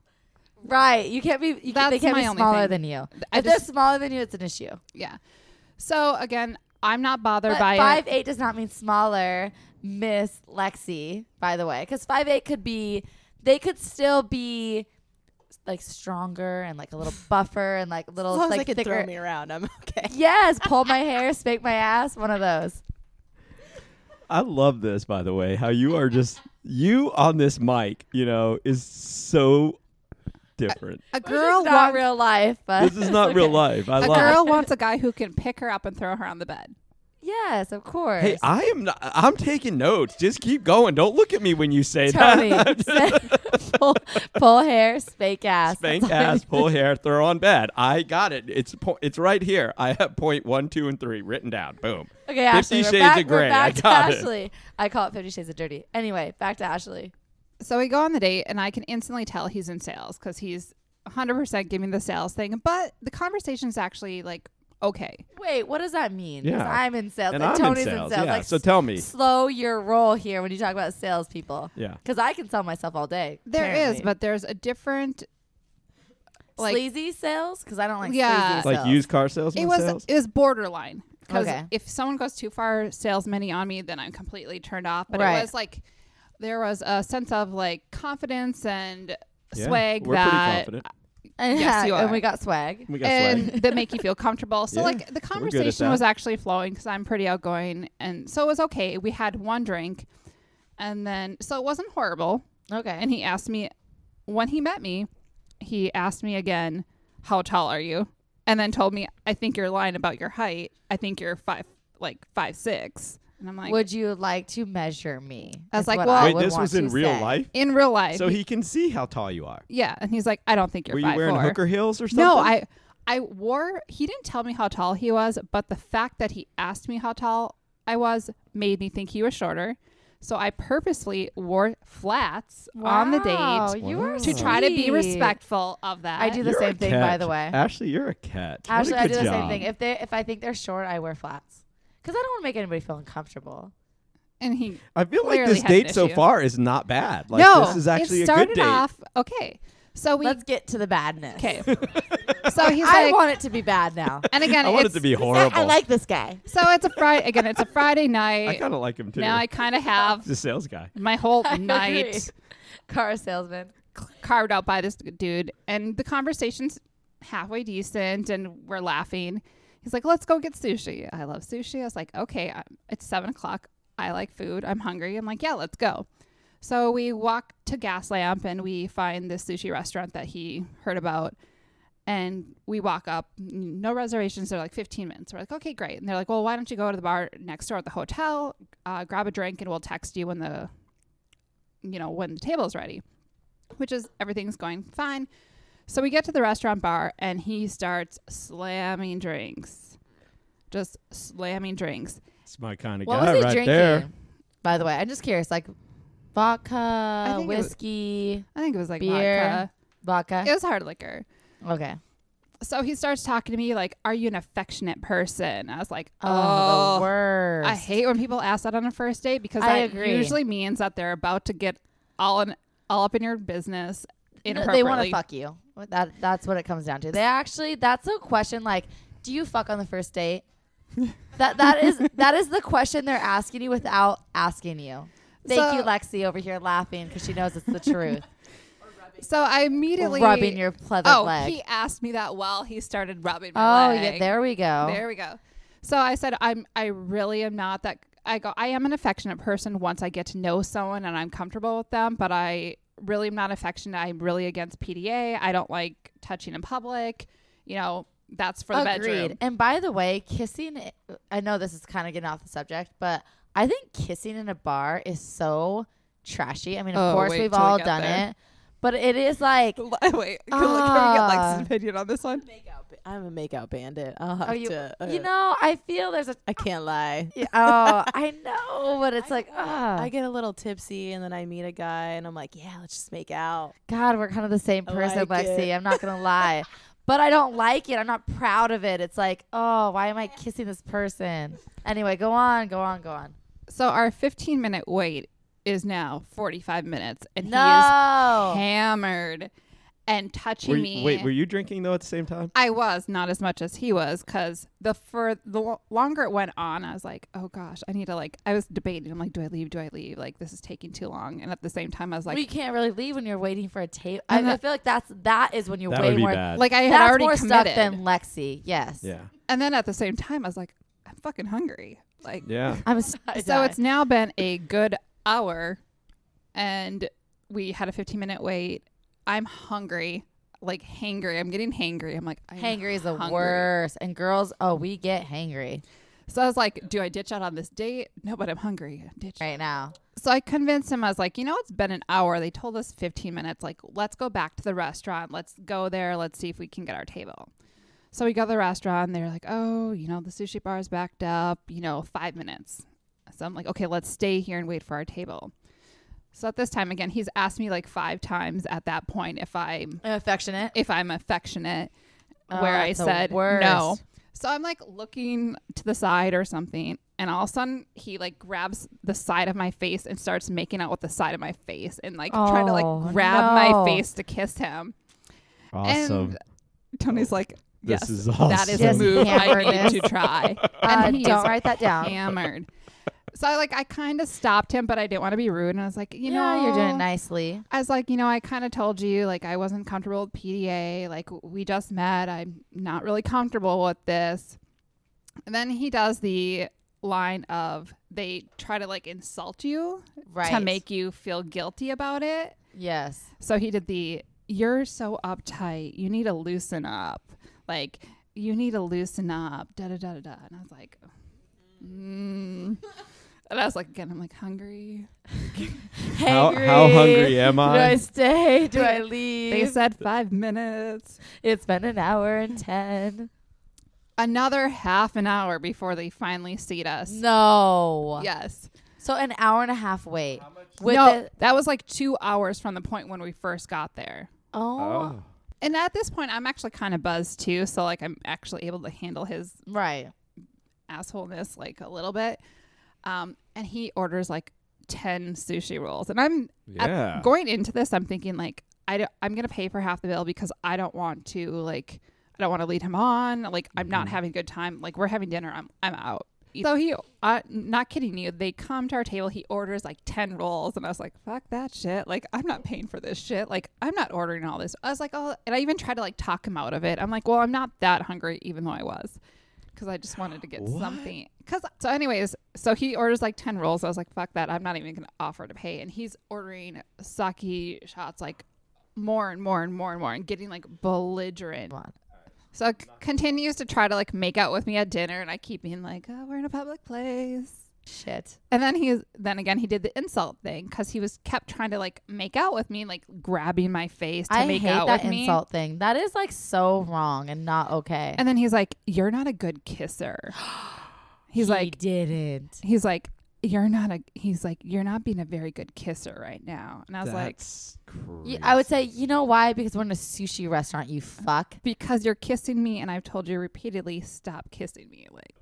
Right, you can't be. You can't, they That's can't my be only smaller thing. than you. I if just- they're smaller than you, it's an issue. Yeah. So again, I'm not bothered But by five it. eight does not mean smaller, Miss Lexi. By the way, because five eight could be, they could still be, like stronger and like a little buffer and like As little long as like I can thicker. throw me around, I'm okay. Yes, pull my hair, spank my ass. One of those. I love this, by the way, how you are just you on this mic, you know, is so different. A Which is girl not wants real life, but this is not real okay. life. I a love girl wants a guy who can pick her up and throw her on the bed. Yes, of course. Hey, I am not, I'm taking notes. Just keep going. Don't look at me when you say Tony, that. pull, pull hair, spank ass. Spank That's all I ass, need. pull hair, throw on bed. I got it. It's po- it's right here. I have point one, two, and three written down. Boom. Okay, Fifty Ashley, Shades we're back, of Grey. We're back I to got it. Ashley. I call it Fifty Shades of Dirty. Anyway, back to Ashley. So we go on the date, and I can instantly tell he's in sales because he's 100% giving the sales thing. But the conversation's actually like okay. Wait, what does that mean? 'Cause Yeah. I'm in sales. And like, I'm Tony's in sales. yeah. Like, so tell me. slow your roll here when you talk about salespeople. Yeah. Because I can sell myself all day. There is, apparently. but there's a different. Like sleazy sales because I don't like Yeah. sleazy Like sales. used car salesman it was, sales? it was borderline because Okay. if someone goes too far salesman on me, then I'm completely turned off. But Right. it was like there was a sense of like confidence and Yeah, swag We're pretty that confident. And, Yes, you and are. we got swag. We got and swag. that make you feel comfortable. So Yeah, like the good at conversation that. was actually flowing because I'm pretty outgoing, and so it was okay. We had one drink, and then so it wasn't horrible. Okay. And he asked me when he met me, he asked me again, "How tall are you?" And then told me, "I think you're lying about your height. I think you're five, like five six. And I'm like, would you like to measure me? I was Is like, what well- I Wait, would this want was in to real say. life? in real life, So he can see how tall you are. yeah. And he's like, I don't think you're Were you five wearing four. hooker heels or something? No, I I wore he didn't tell me how tall he was, but the fact that he asked me how tall I was made me think he was shorter. So I purposely wore flats on the Wow, date you are to try to be sweet. respectful of that. I do the You're a same thing, by catch. the way. Ashley, you're a cat. What a Actually, I good do the same job. thing. If they, if I think they're short, I wear flats because I don't want to make anybody feel uncomfortable. and he I feel like Clearly this had an date so issue. far is not bad. Like no, this is actually it a good started date. off okay. So we Let's get to the badness. okay. so he's I like, want it to be bad now. and again, I want it it's, to be I, horrible. I like this guy. so it's a Friday again. It's a Friday I night. kind of like him too. now I kind of have the sales guy. my whole I agree. night. Car salesman. carved out by this dude and the conversation's halfway decent and we're laughing he's like let's go get sushi i love sushi i was like okay i it's seven o'clock i like food i'm hungry i'm like yeah let's go so we walk to gas lamp and we find this sushi restaurant that he heard about and we walk up n- no reservations they're like 15 minutes we're like okay great and they're like well why don't you go to the bar next door at the hotel uh, grab a drink and we'll text you when the you know when the table's ready which is everything's going fine. So we get to the restaurant bar and he starts slamming drinks. Just slamming drinks. It's my kind of What guy was he right drinking? there. By the way, I'm just curious. Like vodka, think it was- whiskey, I think it was like Beer. vodka. vodka. It was hard liquor. okay. So he starts talking to me like, "Are you an affectionate person?" I was like, Oh, "Oh, the worst. I hate when people ask that on a first date because I that agree. usually means that they're about to get all in, all up in your business No, inappropriately." they want to fuck you. That that's what it comes down to. They actually that's a question like, do you fuck on the first date? that that is that is the question they're asking you without asking you. Thank So- you, Lexi, over here laughing because she knows it's the truth. So I immediately Rubbing your pleather Oh, leg. he asked me that while he started rubbing my oh leg. yeah, there we go. There we go. So I said, I'm. I really am not that. I go. I am an affectionate person once I get to know someone and I'm comfortable with them. But I really am not affectionate. I'm really against PDA. I don't like touching in public. You know, that's for the bedroom. And by the way, kissing, I know this is kind of getting off the subject, but I think kissing in a bar is so trashy. I mean, of Oh, course, wait we've till we all get done there. it, but it is like, Wait, can we- can we get Lex's Ah. opinion on this one? Makeout ba- I'm a makeout bandit. I'll have are you, to. uh, you know, I feel there's a, I can't lie. Yeah, oh, I know, but it's I like, get- ah, I get a little tipsy and then I meet a guy and I'm like, yeah, let's just make out. God, we're kind of the same I person, like Lexi. it. I'm not gonna lie, but I don't like it. I'm not proud of it. It's like, oh, why am I kissing this person? Anyway, go on, go on, go on. So our 15 minute wait is now 45 minutes, and he is No, hammered and touching Were me. you, wait, were you drinking though at the same time? I was not as much as he was because the fur the lo- longer it went on, I was like, oh gosh, I need to like. I was debating. I'm like, do I leave? Do I leave? Like this is taking too long. And at the same time, I was like, well, you can't really leave when you're waiting for a table. I, And I that- feel like that's that is when you're That way would be more. bad. like I had That's already more committed. stuck than Lexi. Yes. yeah, and then at the same time, I was like, I'm fucking hungry. Like yeah. I'm so so, it's now been a good hour, and we had a 15 minute wait. I'm hungry, like hangry. I'm getting hangry. I'm like I'm hangry is the hungry. worst, and girls, oh, we get hangry. So I was like, do I ditch out on this date? No, but I'm hungry. Ditch. right now. So I convinced him. I was like, you know, it's been an hour. They told us 15 minutes. Like, let's go back to the restaurant. Let's go there. Let's see if we can get our table. So we go to the restaurant. They're like, oh, you know, the sushi bar is backed up. You know, five minutes. So I'm like, okay, let's stay here and wait for our table. So at this time again, he's asked me like five times at that point if I'm Affectionate. if I'm affectionate, Oh, where I that's the said no. worst. So I'm like looking to the side or something, and all of a sudden he like grabs the side of my face and starts making out with the side of my face and like trying to Oh, like grab my no. face to kiss him. Awesome. And Tony's like, Oh, This yes, is awesome. that is Yes, a move I hammered need this. to try. Uh, he is don't write that down. Hammered. So I like I kind of stopped him, but I didn't want to be rude, and I was like, you yeah, know, you're doing it nicely. I was like, you know, I kind of told you, like, I wasn't comfortable with PDA. Like, we just met. I'm not really comfortable with this. And then he does the line of they try to, like, insult you Right. to make you feel guilty about it. Yes. So he did the, you're so uptight. You need to loosen up. Like, you need to loosen up. Da da da da da. And I was like, mm. And I was like, again, I'm like hungry. How, how hungry am Do I I? stay? Do I They leave? said five minutes. it's been an hour and ten. another half an hour before they finally seat us. No. Yes. So an hour and a half wait. With no, the- that was like two hours from the point when we first got there. oh, And at this point, I'm actually kind of buzzed too. So, like, I'm actually able to handle his right. assholeness like a little bit. Um, and he orders like 10 sushi rolls. And I'm at- yeah. going into this, I'm thinking, like, I don't, I'm going to pay for half the bill because I don't want to, like, I don't want to lead him on. Like, I'm not having a good time. Like, we're having dinner. I'm, I'm out. So he, uh, not kidding you, they come to our table. He orders like 10 rolls. And I was like, fuck that shit. Like, I'm not paying for this shit. Like, I'm not ordering all this. I was like, oh, and I even tried to like talk him out of it. I'm like, well, I'm not that hungry, even though I was because I just wanted to get What? something. Because so, anyways, so he orders like ten rolls. I was like, fuck that. I'm not even gonna offer to pay. And he's ordering sake shots like more and more and more and more, and getting like belligerent. Come on. So c- continues to try to like make out with me at dinner, and I keep being like, oh, we're in a public place. Shit. And then he, then again, he did the insult thing because he was kept trying to like make out with me, like grabbing my face to I make hate out that with me. insult thing. That is like so wrong and not okay. And then he's like, "You're not a good kisser." He's he like, didn't. he's like you're not a he's like you're not being a very good kisser right now and i was like That's Y- I would say, you know why? Because we're in a sushi restaurant, you Uh, fuck. because you're kissing me and i've told you repeatedly stop kissing me like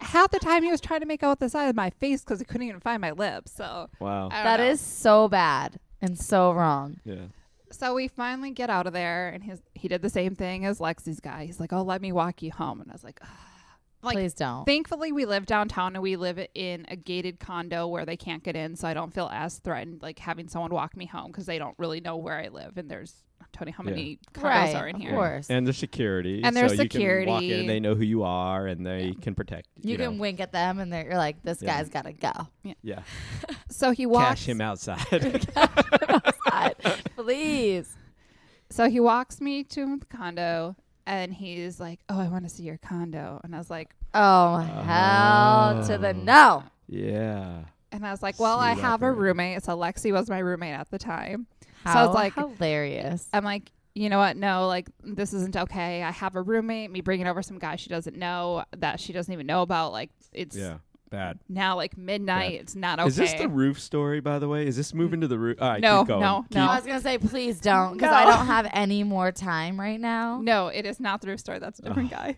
half the time he was trying to make out with the side of my face because he couldn't even find my lips so Wow. I don't That know. is so bad and so wrong. yeah. so we finally get out of there and his he did the same thing as lexi's guy he's like oh let me walk you home and i was like Like, Please don't. Thankfully, we live downtown and we live in a gated condo where they can't get in, so I don't feel as threatened like having someone walk me home because they don't really know where I live. And there's Tony, how many condos Right, are in of here? Yeah. course. And there's security. And there's so You can walk in security. and they know who you are and they can protect you. you can know. wink at them and they're, you're like, this Yeah. guy's got to go. Yeah. So he walks. Cash him outside. God, please. So he walks me to the condo, and he's like, "Oh, I want to see your condo," and I was like, Oh, hell to the no. yeah. "And I was like, well, See I that have a right. roommate. So Lexi was my roommate at the time. How So I was like, hilarious. I'm like." You know what? No, like this isn't okay. I have a roommate. Me bringing over some guy she doesn't know that she doesn't even know about. Like it's Yeah. Bad. now like midnight. It's not okay. Is this the roof story, by the way? Is this moving to the roof? All right, No, keep going. no, Keep- no. I was going to say, please don't because No. I don't have any more time right now. no, it is not the roof story. That's a Oh. different guy.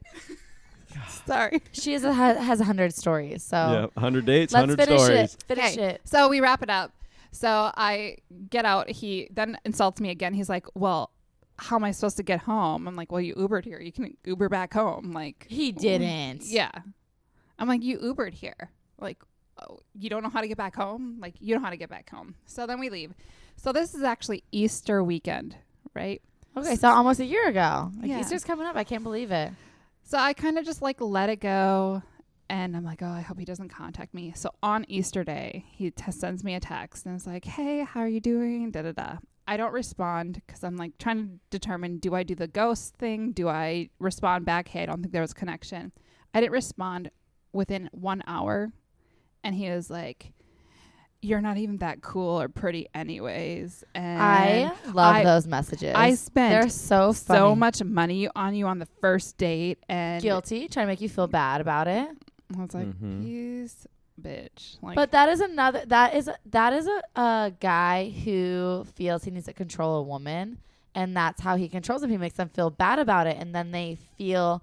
Sorry. She is a, has 100 stories. So Yeah, 100 dates, let's 100 finish stories. it. Finish Okay, it. So we wrap it up. So I get out. He then insults me again. He's like, "Well, how am I supposed to get home?" I'm like, "Well, you Ubered here. You can Uber back home." Like, He didn't. yeah. I'm like, "You Ubered here. Like, oh, you don't know how to get back home. Like, you know how to get back home." So then we leave. So this is actually Easter weekend, right? Okay, so almost a year ago. Like Yeah. Easter's coming up. I can't believe it. So I kind of just like let it go. And I'm like, oh, I hope he doesn't contact me. So on Easter day, he t- sends me a text and it's like, hey, how are you doing? Da da da. I don't respond because I'm like trying to determine do I do the ghost thing? Do I respond back? Hey, I don't think there was connection. I didn't respond within one hour, and he was like, "You're not even that cool or pretty, anyways." And I love I- those messages. I spent They're so funny. so much money on you on the first date, and guilty, trying to make you feel bad about it. I was like, Mhm. "Peace, bitch." Like, But that is another. That is that is a, a guy who feels he needs to control a woman, and that's how he controls them. He makes them feel bad about it, and then they feel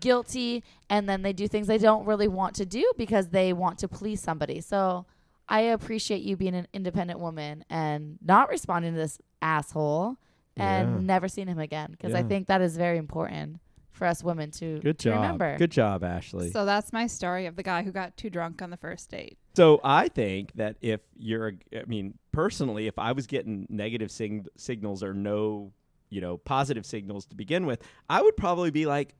guilty, and then they do things they don't really want to do because they want to please somebody. So I appreciate you being an independent woman and not responding to this asshole, and Yeah. never seeing him again because I Yeah. think that is very important for us women to Good job. remember. Good job, Ashley. So, so that's my story of the guy who got too drunk on the first date. I think that if you're, a- I mean, personally, if I was getting negative sing- signals or no, you know, positive signals to begin with, I would probably be like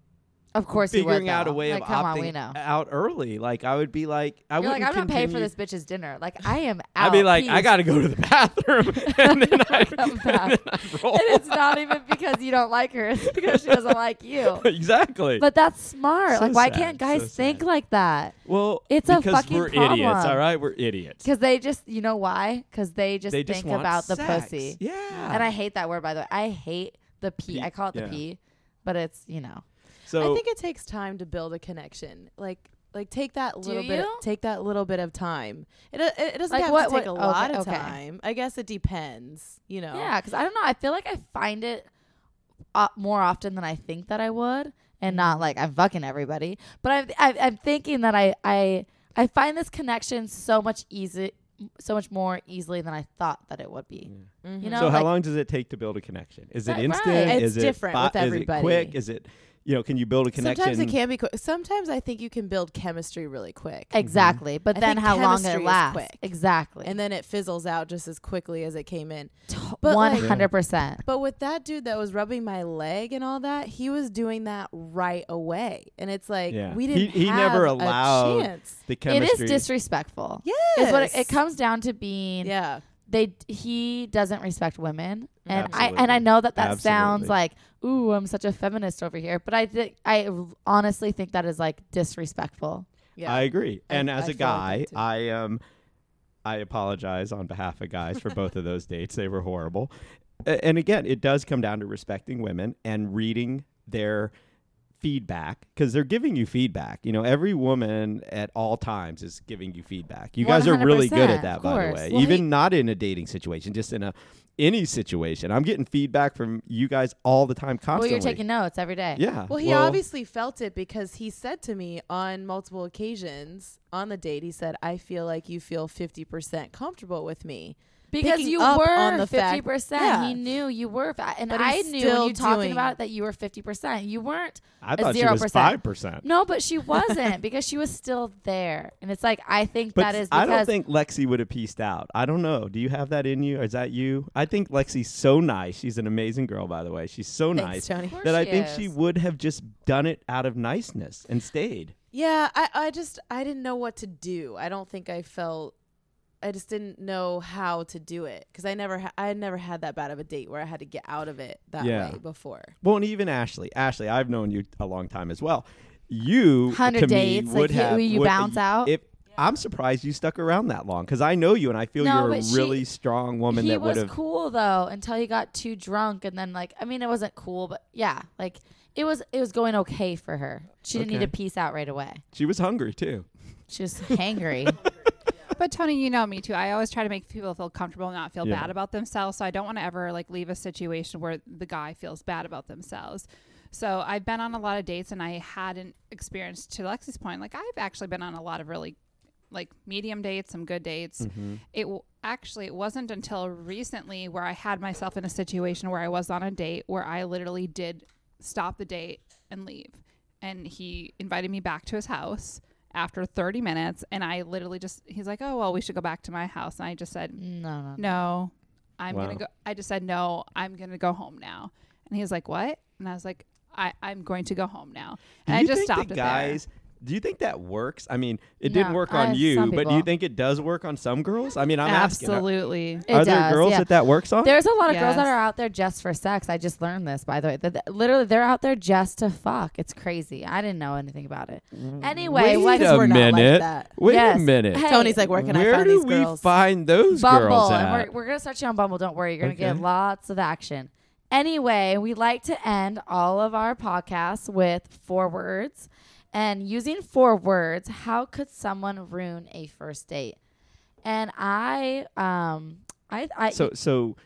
Of course, he would, figuring out a though. way like, of come on, opting we know. out early. Like I would be like, I You're wouldn't like, I'm not paying for continue- this bitch's dinner. Like, I am out. I'd be like, I Peace." got to go to the bathroom, and then I Come back. and then I'd roll. And it's not even because you don't like her. It's because she doesn't like you. exactly. But that's smart. So like, why sad, can't guys so think sad. like that? well, it's a because fucking we're idiots. problem. All right, we're idiots. Because they just, you know why? Because they just They think just want about the sex. pussy. Yeah. And I hate that word, by the way. I hate the P. P, I call it the yeah. P, but it's, you know. so I think it takes time to build a connection. Like like take that Do little bit you? take that little bit of time. It uh, it doesn't Like have what- to take what- a lot okay, of okay. time. I guess it depends, you know. Yeah, because I don't know. I feel like I find it uh, more often than I think that I would, and not Mm-hmm. like I'm fucking everybody. But I'm I'm, I'm thinking that I I I find this connection so much easy, so much more easily than I thought that it would be. Mm-hmm. You know, so how like- long does it take to build a connection? Is it Right, instant? right. Is It's it different fi- with Is it everybody. quick? Is it you know? Can you build a connection? Sometimes it can be quick. Sometimes I think you can build chemistry really quick. Exactly, but Mm-hmm. I then think how long chemistry it is lasts? quick. Exactly, and then it fizzles out just as quickly as it came in. but one like- hundred percent. But with that dude that was rubbing my leg and all that, he was doing that right away, and it's like Yeah. we He- didn't. he never have a allowed- chance. The It is chemistry. disrespectful. Is what it, Yes. it comes down to being. Yeah, they he doesn't respect women and i and Absolutely. i know that that sounds Absolutely. like ooh i'm such a feminist over here but i think i honestly think that is like disrespectful yeah. I agree. I- and as I a feel like guy, that too. I um, I apologize on behalf of guys for both of those dates. They were horrible. A- And again, it does come down to respecting women and reading their feedback because they're giving you feedback. You know, every woman at all times is giving you feedback. You guys are really good 100%, at that, of by the course. way. Well, Even not in a dating situation, just in a any situation. I'm getting feedback from you guys all the time, well constantly. you're taking notes every day yeah. Well, he obviously felt it because he said to me on multiple occasions on the date, he said, I feel like you feel 50% comfortable with me. because Picking you up were on the fact- 50% Yeah. he knew you were fat and But i he's knew when still you talking doing- about it that you were 50% you weren't I a thought she was 0%. five percent. no but she wasn't because she was still there and it's like i think But that is I because don't think Lexi would have pieced out. I don't know. Do you have that in you? Is that you? I think Lexi's so nice. She's an amazing girl, by the way. She's so Thanks, Oh, nice Tony. Of course that I she think is. she would have just done it out of niceness and stayed. Yeah, I, I just, I didn't know what to do. I don't think I felt, I just didn't know how to do it because I never, ha- I had never had that bad of a date where I had to get out of it that Yeah. way before. Well, and even Ashley. Ashley, I've known you a long time as well. You 100 to dates, me like, would you- have you would- bounce out? If I'm surprised you stuck around that long because I know you and I feel No, you're a but she- really strong woman he that would was have. cool though until he got too drunk and then like I mean it wasn't cool but yeah like it was it was going okay for her. She didn't need Okay. to peace out right away. She was hungry too. She was hangry. But Tony, you know me too. I always try to make people feel comfortable and not feel Yeah. bad about themselves. So I don't want to ever like leave a situation where the guy feels bad about themselves. So I've been on a lot of dates and I hadn't experienced to Lexi's point. Like I've actually been on a lot of really like medium dates, some good dates. It w- actually it wasn't until recently where I had myself in a situation where I was on a date where I literally did stop the date and leave. And he invited me back to his house after 30 minutes and I literally just he's like, "Oh, well, we should go back to my house." And I just said, no, no, no. no, I'm Wow. gonna go. I just said no. I'm gonna go home now. And he was like, what? And I was like, I I'm going to go home now. Do And I you just think stopped that it guys Do you think that works? I mean, it didn't No, work I- on you, some but do you people. think it does work on some girls? I mean, I'm asking. uh, Are- Absolutely. It Are, there does, girls yeah. that that works on? There's a lot of girls that Yes. are out there just for sex. I just learned this, by the way. That, that- literally, they're out there just to fuck. It's crazy. I didn't know anything about it. Mm. Anyway, Wait what- a we're not like minute. that. Wait Yes. a minute. Hey, Tony's like, where can Where I find do these we girls? find those girls Bumble, at? and we're, we're gonna start you on Bumble. Don't worry, you're gonna Okay. get lots of action. Anyway, we like to end all of our podcasts with four words, and using four words, how could someone ruin a first date? And I, um, I, I so so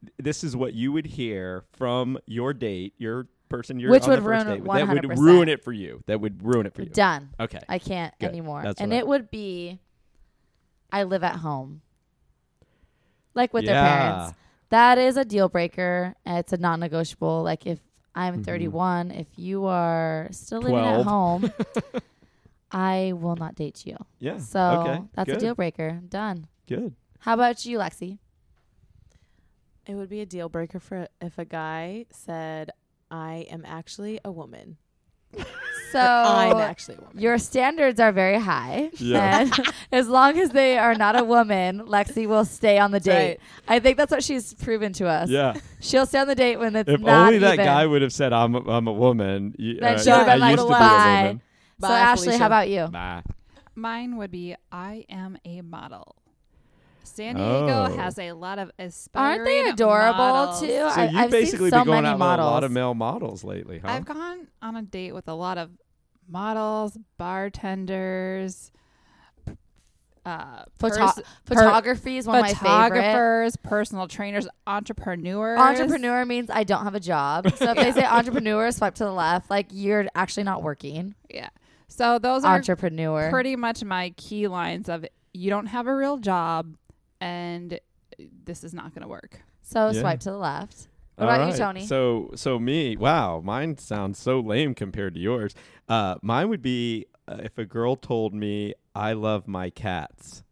th- this is what you would hear from your date, your person you're Which on would the first ruin it date with. That 100%. would ruin it for you. That would ruin it for you. done. Okay. I can't Good. anymore. That's what and I- it would be, I live at home, like with their Yeah. parents. That is a deal breaker. and It's a non-negotiable. Like if I'm Mhm. 31, if you are still living 12. at home, I will not date you. Yeah. So okay. that's Good. a deal breaker. Done. Good. How about you, Lexi? It would be a deal breaker for if a guy said, "I am actually a woman." So Or, I'm actually a woman. your standards are very high. Yeah. And as long as they are not a woman, Lexi will stay on the That's date. I think that's what she's proven to us. Yeah. She'll stay on the date when it's If not only that even. guy would have said, "I'm a, I'm a woman." y- Then uh, she would've I been like, used to be a "Bye." woman." so Bye, Ashley, Felicia. how about you? Bye. Mine would be I am a model. San Diego Oh. has a lot of aspiring Aren't they adorable models. too? So I, you've I've basically seen so been going many out models. with a lot of male models lately, huh? I've gone on a date with a lot of models, bartenders, uh, Photo- pers- Photography is one of my favorite. photographers, personal trainers, entrepreneurs. Entrepreneur means I don't have a job. So if they say entrepreneur, swipe to the left. Like you're actually not working. Yeah. So those are Entrepreneur. pretty much my key lines of you don't have a real job and this is not going to work. so Yeah. swipe to the left. What All about you, right. Tony? So, so me. Wow, mine sounds so lame compared to yours. Uh, mine would be uh, if a girl told me I love my cats.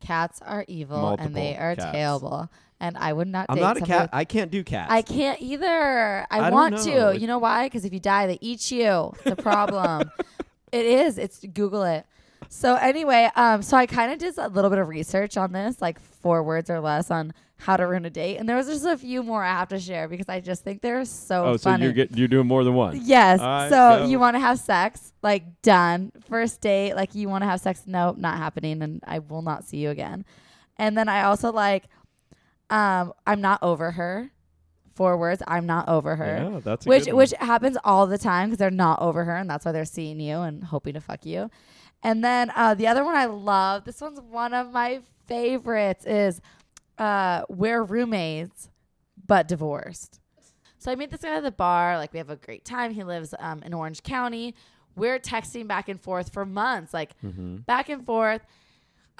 cats are evil and they Multiple are cats. terrible. And I would not I'm date not a someone cat. I can't do cats. I can't either. I I, don't want know. to. You know why? Because if you die, they eat you. It's a problem. it is. It's Google it. So anyway, um, so I kind of did a little bit of research on this, like four words or less, on how to ruin a date, and there was just a few more I have to share because I just think they're so oh, so funny. you're get, you're doing more than one. Yes. All right, so go. you want to have sex? Like done. First date, like you want to have sex? Nope, not happening, and I will not see you again. And then I also like, um, I'm not over her. Four words. I'm not over her. Yeah, that's a which good one. which happens all the time because they're not over her, and that's why they're seeing you and hoping to fuck you. And then uh, the other one I love. This one's one of my favorites. Is uh, we're roommates, but divorced. So I meet this guy at the bar. Like we have a great time. He lives um, in Orange County. We're texting back and forth for months, like Mm-hmm. back and forth.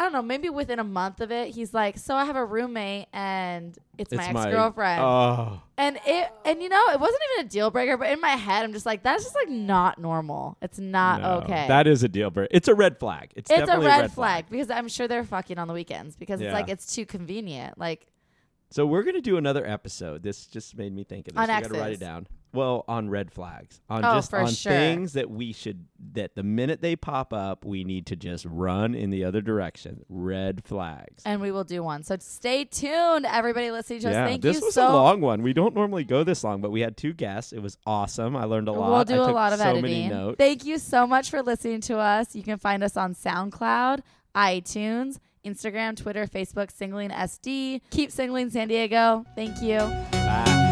I don't know. Maybe within a month of it, he's like, "So I have a roommate, and it's, my It's ex girlfriend." Oh, and it, and you know, it wasn't even a deal breaker, but in my head, I'm just like, "That's just like not normal. It's not no. Uh, okay." That is a deal breaker. It's a red flag. It's, it's a definitely red, flag, because I'm sure they're fucking on the weekends because Yeah. it's like it's too convenient. Like So we're gonna do another episode. This just made me think of this. On We gotta write exes. it down. Well, on red flags, on Oh, just for on sure. things that we should that the minute they pop up, we need to just run in the other direction. Red flags. and we will do one. So stay tuned, everybody listening to us. yeah, Thank this you was so a long one. We don't normally go this long, but we had two guests. It was awesome. I learned a lot. We'll do I a took lot of so editing. Many notes. Thank you so much for listening to us. You can find us on SoundCloud, iTunes, Instagram, Twitter, Facebook, Singling SD. Keep singling San Diego. Thank you. Bye.